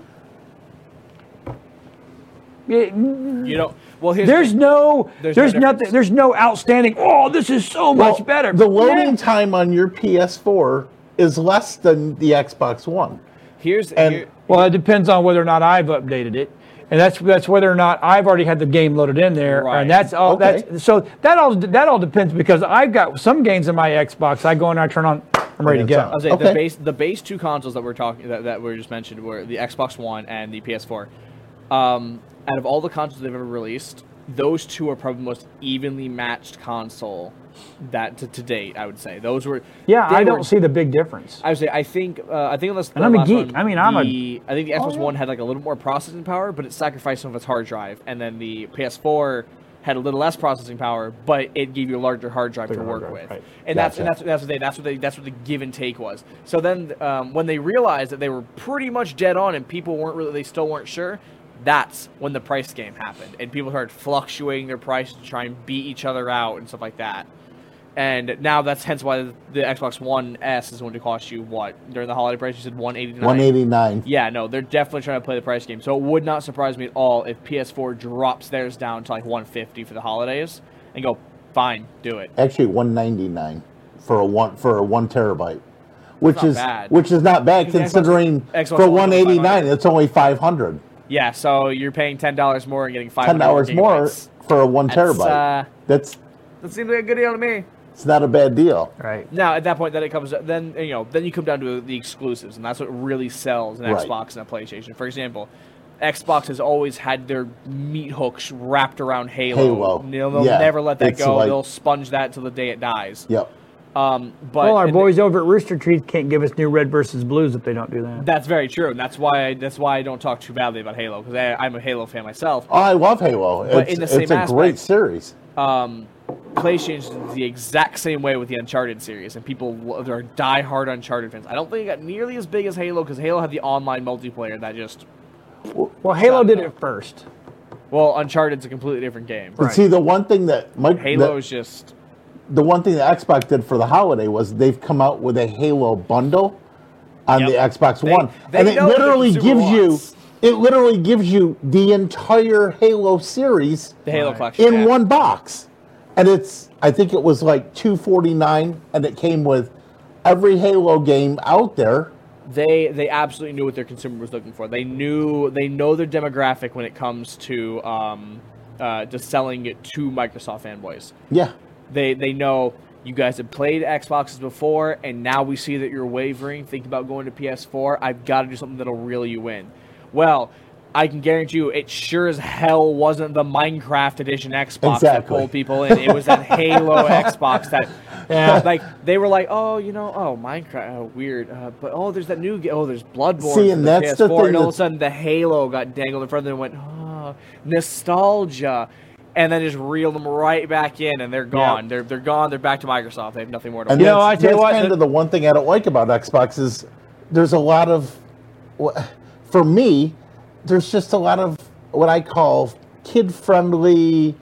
it- You know, well, here's there's no, there's, There's no nothing, difference. there's no outstanding. Oh, this is so Well, much better. The loading Yeah. time on your PS4 is less than the Xbox One. here's and- here- Well, it depends on whether or not I've updated it, and that's that's whether or not I've already had the game loaded in there, Right. and that's all. Okay. That's so that all that all depends because I've got some games in my Xbox. I go in, I turn on, I'm ready to it's go. on. I was saying, Okay. the base the base two consoles that we're talking that, that were just mentioned were the Xbox One and the PS4. Um, out of all the consoles they've ever released, those two are probably the most evenly matched console that to, to date. I would say those were. Yeah, they I were- don't see the big difference. I would say I think uh, I think unless And I'm a last geek. one, I mean, I'm a- the, I think the Xbox yeah. One had like a little more processing power, but it sacrificed some of its hard drive, and then the PS4 had a little less processing power, but it gave you a larger hard drive to hard work drive, with. right. And that's and that's that's what they that's what they that's what the give and take was. So then um, when they realized that they were pretty much dead on, and people weren't really they still weren't sure. That's when the price game happened, and people started fluctuating their price to try and beat each other out and stuff like that and now that's hence why the Xbox One S is going to cost you what during the holiday price you said one eighty nine. 189. Yeah, no, they're definitely trying to play the price game. So it would not surprise me at all if PS4 drops theirs down to like one fifty for the holidays and go fine, do it. Actually, 199 for a one for a one terabyte, which not is bad. which is not bad Because the Xbox- considering Xbox for One's only 189 500. it's only 500. Yeah, so you're paying ten dollars more and getting five. Ten dollars more for a one That's, terabyte. uh, That's That seems like a good deal to me. it's not a bad deal. Right. Now at that point, then it comes then you know then you come down to the exclusives, and that's what really sells an Right. Xbox and a PlayStation. For example, Xbox has always had their meat hooks wrapped around Halo. Halo. They'll, they'll Yeah, never let that it's go. like- they'll sponge that till the day it dies. Yep. Um, but Well, our and boys over at Rooster Teeth can't give us new red versus blues if they don't do that. That's very true, and that's why I, that's why I don't talk too badly about Halo because I'm a Halo fan myself. Oh, I love Halo. But it's in the it's same a great aspect- series. PlayStation is the exact same way with the Uncharted series, and people lo- there are die-hard Uncharted fans. I don't think it got nearly as big as Halo because Halo had the online multiplayer that just Well, Halo did it first. well, Uncharted's a completely different game. Right. See, the one thing that Mike, Halo that- is just the one thing that Xbox did for the holiday was they've come out with a Halo bundle on Yep. the Xbox They- One, they and it know what the literally consumer gives you wants. it literally gives you the entire Halo series the Halo Right. collection in yeah. one box, and it's I think it was like two forty nine, and it came with every Halo game out there. They they absolutely knew what their consumer was looking for. They knew they know their demographic when it comes to um, uh, to selling it to Microsoft fanboys. Yeah, they they know you guys have played Xboxes before, and now we see that you're wavering, thinking about going to PS4. I've got to do something that'll reel you in. Well, I can guarantee you, it sure as hell wasn't the Minecraft edition Xbox that Exactly. pulled people in. It was that Halo [laughs] Xbox that, Yeah. like they were like, oh, you know, oh Minecraft, oh, weird, uh, but oh, there's that new, ga- oh, there's Bloodborne. See, for and that's the PS4, thing and all of a that's- sudden the Halo got dangled in front of them and went, oh, nostalgia. And then just reeled them right back in, and they're gone. They're they're gone. They're back to Microsoft. They have nothing more to. and You lose. know, that's, I tell you that's what, kind the- of the one thing I don't like about Xbox is there's a lot of, wh- for me, there's just a lot of what I call kid friendly,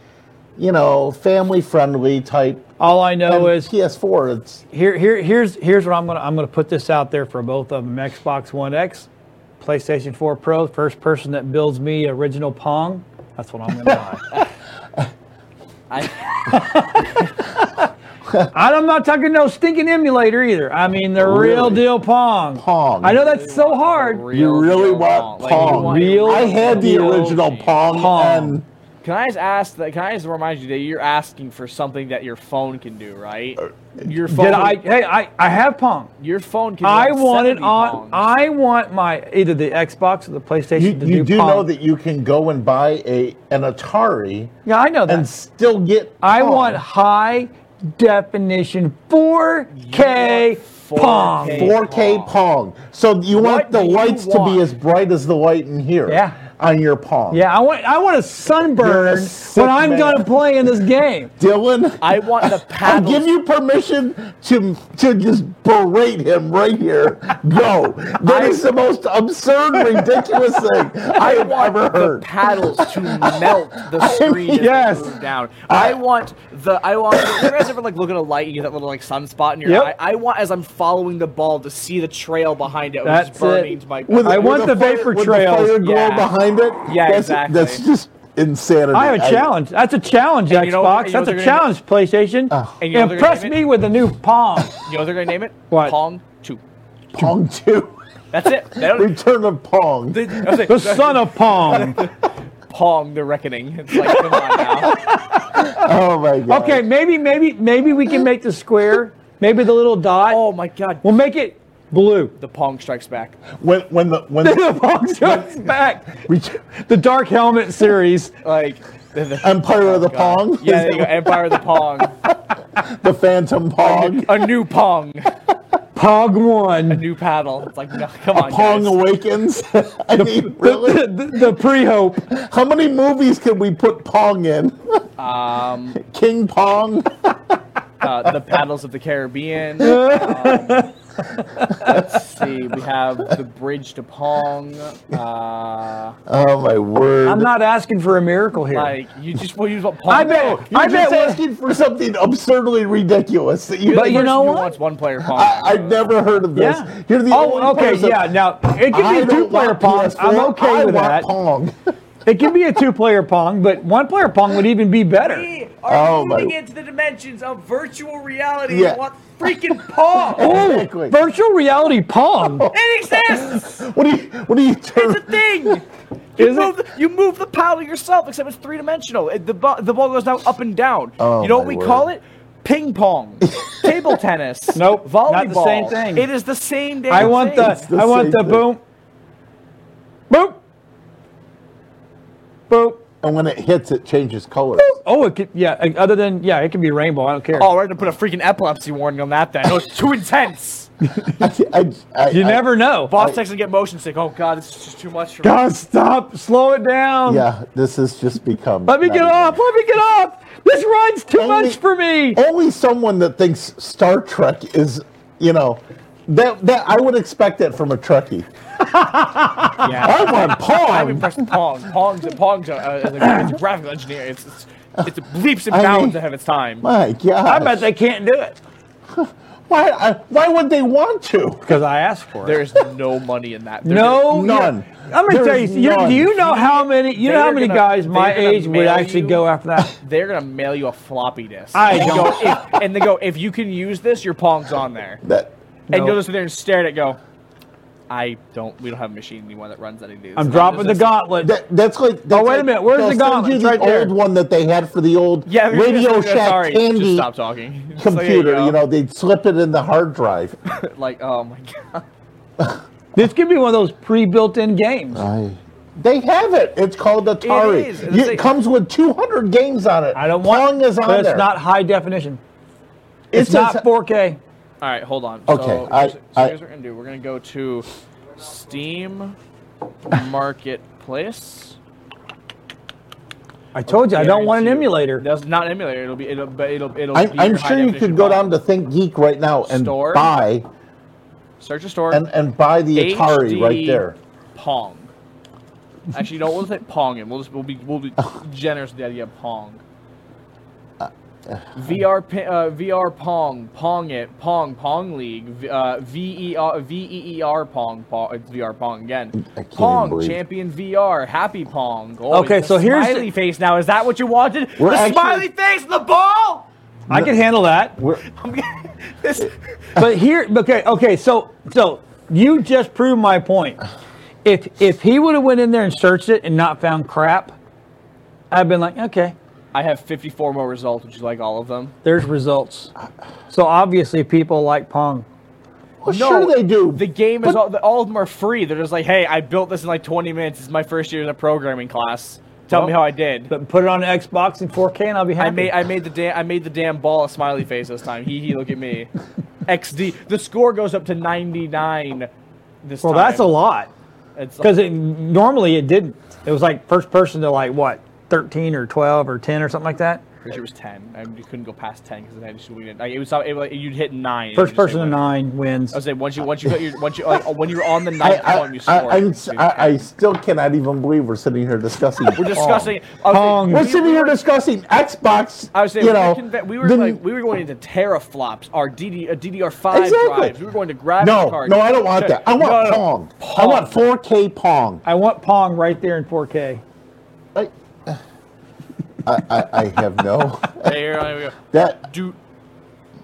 you know, family friendly type. All I know and is PS4. It's here, here, here's here's what I'm gonna I'm gonna put this out there for both of them: Xbox One X, PlayStation 4 Pro. First person that builds me original Pong, that's what I'm gonna [laughs] buy. [laughs] I, And I'm not talking no stinking emulator either. I mean the real Oh, Really? deal Pong. Pong. I know that's so hard. you really deal want Like, you Pong? want a Real I had the deal original game. Pong, Pong. and Can I just ask that? Can I just remind you that you're asking for something that your phone can do, right? Uh, Your phone. Did I? Hey, I, I have Pong. Your phone can. I run want it 70 on. Pongs. I want my either the Xbox or the PlayStation you, to you do do Pong. know that you can go and buy a an Atari Yeah, I know that. and still get. I Pong. want high definition 4K You want Pong. 4K. 4K Pong. So you want What the do you lights to want? be as bright as the light in here Yeah. on your Pong. Yeah, I want I want a You're a sunburn sick when I'm man. gonna play in this game. Dylan, I want the I paddle. give you permission to to just berate him right here. Go. That is the most [laughs] absurd, ridiculous thing I have ever the heard. paddles to melt the screen as they yes. move down. I, want the I want you guys ever like look at a light and you get that little like sunspot in your Yep. eye. I want as I'm following the ball to see the trail behind it which That's is burning it. to my With- I want the fire- vapor with trails. The fire glow Yeah. behind it. Yeah, that's, exactly. That's just insanity. I have a challenge. That's a challenge, And Xbox. you know what- you know That's what a they're gonna challenge, PlayStation. Ah. And you know what they're gonna Impress name me it? with the new [laughs] Pong. You know what they're gonna name it? What? Pong two. Pong 2. That's it. They [laughs] don't, Return of Pong. they, I was like, the son of [laughs] Pong. Pong the Reckoning. It's like come on now. oh my god. Okay, maybe maybe maybe we can make the square. Maybe the little dot. Oh my god. We'll make it blue. [laughs] The Pong strikes back. When when the when the the Pong strikes back. ret- The Dark Helmet series. Like the, the, Empire Oh, of the Pong. [laughs] yeah, there you go. Empire of the Pong. the Phantom Pong. A new Pong. Pog [laughs] one. [laughs] New paddle. It's like no, come on. [laughs] Pong guys. Awakens. [laughs] I mean, The, [laughs] really? the- the pre-hope. How many movies can we put Pong in? Um [laughs] King Pong. uh, the paddles of the [laughs] Caribbean. Um, let's see, we have the bridge to Pong. Uh, Oh my word! I'm not asking for a miracle here. like you just well, you just want Pong. I bet- back. You're I just bet we're- asking for something absurdly ridiculous that you. But The you person know who what? wants one player Pong. I, I've never heard of this. yeah. You're the oh, only okay. person- Yeah. Now it I can be don't two-player want pong. PS4. I'm okay I with want that. Pong. [laughs] It can be a two-player pong, but one-player pong would even be [laughs] better. We are Oh, moving my- into the dimensions of virtual reality. Yeah. and want freaking [laughs] Pong? Oh, Exactly. virtual reality pong. it exists. What do you? What do you [laughs] It's turn? a thing. You move, the, you move the paddle yourself, except it's three dimensional. The, bu- the ball goes now up and down. Oh, you know my what we word. call it? Ping pong, table tennis. [laughs] Nope, volleyball. not the same thing. It is the same damn I want thing. the, It's the I want same the thing. boom, boom, boom. And when it hits, it changes colors. Oh, it could, yeah. uh, Other than yeah, it could be rainbow. I don't care. Oh, we're gonna put a freaking epilepsy warning on [laughs] that. Then it was too intense. [laughs] I, I, I, you I- never know. Boss texts and get motion sick. Oh God, this is just too much for me. God, stop. Slow it down. Yeah, this has just become. Let me get off. Let me get off. This run's too Only- much for me. Only someone that thinks Star Trek is, you know, that that I would expect that from [laughs] a Trekkie. Yeah. I want I'm Pong. impressed with Pong. Pong's Pong's a, a, a, it's a graphical engineer. It's, it's, it's leaps and I bounds mean- ahead of its time. My God. I bet they can't do it Why? I, why would they want to? because I asked for it. There is no money in that. There- no, none. Oh, yeah. I'm gonna There tell you. is you- none. Do you know how many? You know They're how many gonna- guys my they're gonna age would mail actually you- go after that? They're gonna mail you a floppy disk. I And go, don't- if- and they go, if you can use this, your Pong's on there. That And Nope. you'll just sit there and stare at it. Go. I don't. We don't have a machine anymore that runs any of these. I'm dropping the There's this- gauntlet. that that's like. That's Oh, wait a like- minute, where's they'll the send gauntlet? you It's the right old there. one that they had for the old [laughs] [laughs] Yeah, we- Radio [laughs] yeah, Shack sorry. Just candy stop talking. [laughs] It's like, computer. there you know, they'd slip it in the hard drive. go. like oh my god. This could be one of those pre-built-in games. I- They have it. It's called Atari. is. It, comes with 200 games on it. I don't want. Pong is on but it's there. not high definition. It's It's, not just- 4K. All right, hold on. Okay, So, I- here's, so I- here's what we're gonna do. We're gonna go to Steam Marketplace. I told you I don't want an Guarantee- emulator. That's not an emulator. It'll be. It'll. But it'll. It'll. I'm, be I'm your high sure you definition could go model. down to Think Geek right now and Store. buy search a store and, and buy the Atari right HD there. Pong. Actually, you know, we'll say Pong, and we'll just we'll be [laughs] we'll be generous with the idea of Pong. Uh, VR pi- uh, VR Pong Pong it Pong Pong League v- uh, V E R V E E R Pong Pong it's VR Pong again can't Pong even believe- Champion VR Happy Pong oh, Okay, it's so the here's the- smiley face now is that what you wanted We're the actually- smiley face and the ball I can handle that. [laughs] We're- this But here, okay, okay. So, so you just proved my point. If if he would have went in there and searched it and not found crap, I've been like, okay, I have 54 more results would you like all of them there's results. So obviously, people like Pong. well, sure they do. The game is But- all, all of them are free. They're just like, hey, I built this in like 20 minutes. It's my first year in a programming class. Tell me Well, how I did. But put it on Xbox and 4K, and I'll be happy. I made I made the damn I made the damn ball a smiley face this time. Hee hee, look at me. XD. The score goes up to 99. This well, time. that's a lot It's because like, it, normally it didn't. It was like first person to like what 13 or 12 or 10 or something like that. pretty sure it was 10. I you couldn't go past 10 because then you win it. Like, it was, it, was like, you'd hit nine. First It would just person say to win. nine wins. I was saying once you once you got your once you like, when you're on the I, ninth I, one you score. I, I'm, It's s- just- I, I still cannot even believe we're sitting here discussing. we're discussing. I was like, Pong. We're We- sitting here discussing Xbox. I was saying, you we, know, were conve- we were the- like, we were going into teraflops, our DD, uh, DDR5 Exactly. drives. We were going to graphics no, cards. no, I don't want that. I No, want no, no. Pong. I want 4K Pong. I want Pong right there in 4K. I, I, I- I have no. There, there we go. That Do,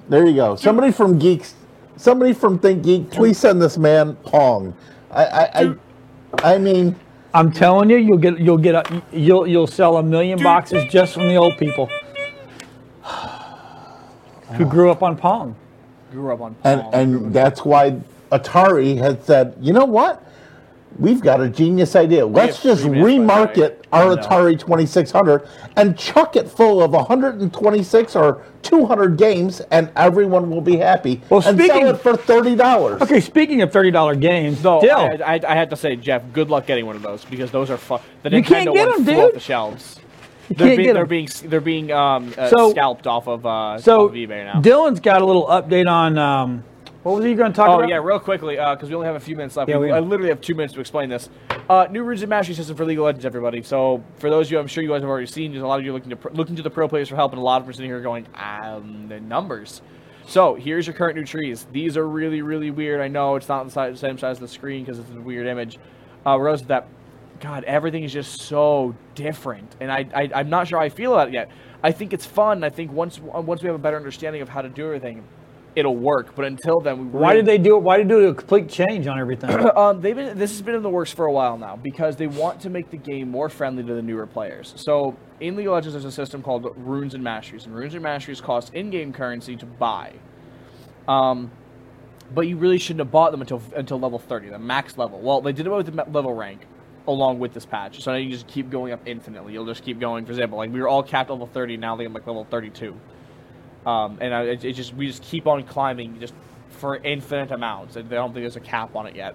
there you go. Somebody from Geeks, somebody from Think Geek, please send this man Pong. I I I, I mean, I'm telling you, you'll get you'll get a, you'll you'll sell a million boxes just from the old people [sighs] who grew up on Pong. grew up on Uh, Pong. and and that's why Atari had said, you know what, we've got a genius idea. Let's have just three minutes, by the way. remarket our I know. Atari 2600 and chuck it full of 126 or 200 games, and everyone will be happy. Well, and speaking- sell it for thirty dollars. Okay, speaking of thirty dollar games, so still I, I, I had to say, Jeff, good luck getting one of those because those are fun. The You Nintendo can't get them, one flew dude. off the shelves. can't They're, being, get they're 'em. being they're being um, uh, So- scalped off of uh, so off of eBay now. Dylan's got a little update on um, what was he going to talk Oh about? yeah, real quickly, because we only have a few minutes left. Yeah, we, we- I literally have two minutes to explain this. Uh, new rules and mastery system for League of Legends, everybody. So for those of you, I'm sure you guys have already seen. There's a lot of you looking to pr- looking to the pro players for help, and a lot of them are sitting here going, um, the numbers. So here's your current new trees. These are really really weird. I know it's not the si- same size of the screen because it's a weird image. Uh, regardless of that, God, everything is just so different, and I, I I'm not sure how I feel about it yet. I think it's fun. I think once once we have a better understanding of how to do everything, it'll work. But until then, we Why really- did they do it? Why did they do a complete change on [coughs] everything? Um, they've been this has been in the works for a while now because they want to make the game more friendly to the newer players. So in League of Legends, there's a system called runes and masteries, and runes and masteries cost in-game currency to buy. Um, but you really shouldn't have bought them until until level 30, the max level. Well, they did away with the ma- level rank along with this patch, so now you just keep going up infinitely. You'll just keep going. For example, like we were all capped level 30, now they're like level 32 um, and I, it, it just we just keep on climbing just for infinite amounts. And I don't think there's a cap on it yet.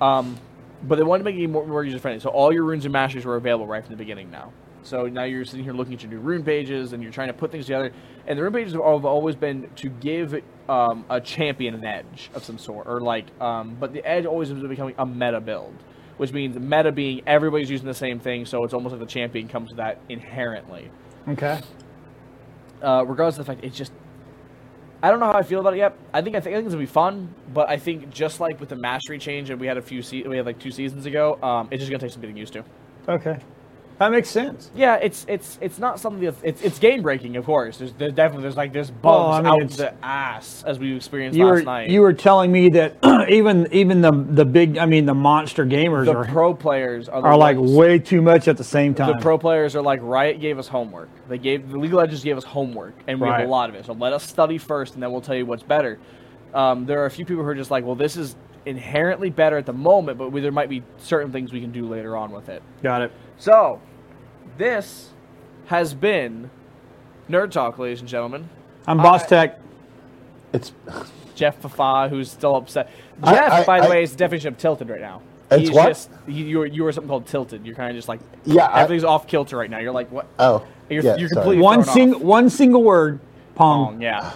Um, but they wanted to make it more, more user friendly, so all your runes and masters were available right from the beginning now. So now you're sitting here looking at your new rune pages, and you're trying to put things together. And the rune pages have al- have always been to give um, a champion an edge of some sort, or like, um, but the edge always ends up becoming a meta build, which means meta being everybody's using the same thing, so it's almost like the champion comes with that inherently okay. uh, regardless of the fact, it's just I don't know how I feel about it yet. I think I think, I think it's gonna be fun, but I think just like with the mastery change and we had a few se- we had like two seasons ago, um, it's just gonna take some getting used to. Okay. That makes sense. Yeah, it's it's it's not something that's it's, it's game breaking, of course. There's there definitely there's like there's Well, bumps I mean, out it's- the ass as we experienced You last were night. you were telling me that [clears throat] even even the the big I mean the monster gamers the are pro players are, the are like ones- way too much at the same time. The pro players are like Riot gave us homework. They gave the League of Legends gave us homework, and we have Right. a lot of it. So let us study first, and then we'll tell you what's better. Um, there are a few people who are just like, well, this is inherently better at the moment, but we, there might be certain things we can do later on with it. Got it. So this has been nerd talk, ladies and gentlemen. I'm Boss I- Tech. It's Jeff Fafa, who's still upset. I- Jeff, I- by the I- way, is the definition of tilted right now. It's He's what? just he, you were you were something called tilted. You're kind of just like Yeah, I- everything's off kilter right now. You're like what? oh You're- yeah, you're sorry. completely- One thrown off. sing one single word. Pong. wrong, Yeah.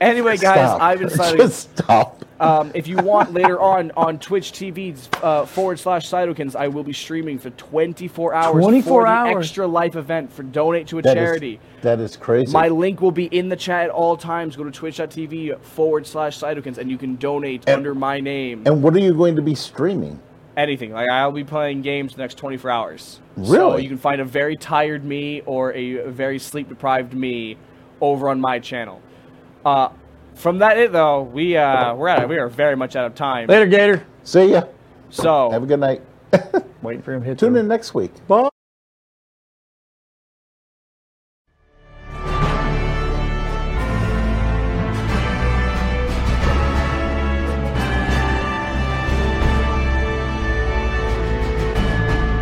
Anyway, guys, Stop. I've been [laughs] silent. Just stop. Um, if you want later on on Twitch TV uh, forward slash Cytokins, I will be streaming for 24 hours. 24 for the hours. Extra Life event for donate to a That is- charity. that is crazy. My link will be in the chat at all times. Go to twitch.tv forward slash Cytokins and you can donate under my name. and what are you going to be streaming? Anything. Like I'll be playing games the next 24 hours. So Really? you can find a very tired me or a very sleep deprived me over on my channel. Uh, from that it though, we uh, we're out. We are very much out of time. Later, Gator. See ya. So Have a good night. Wait for him to hit Tune the- in next week. Bye.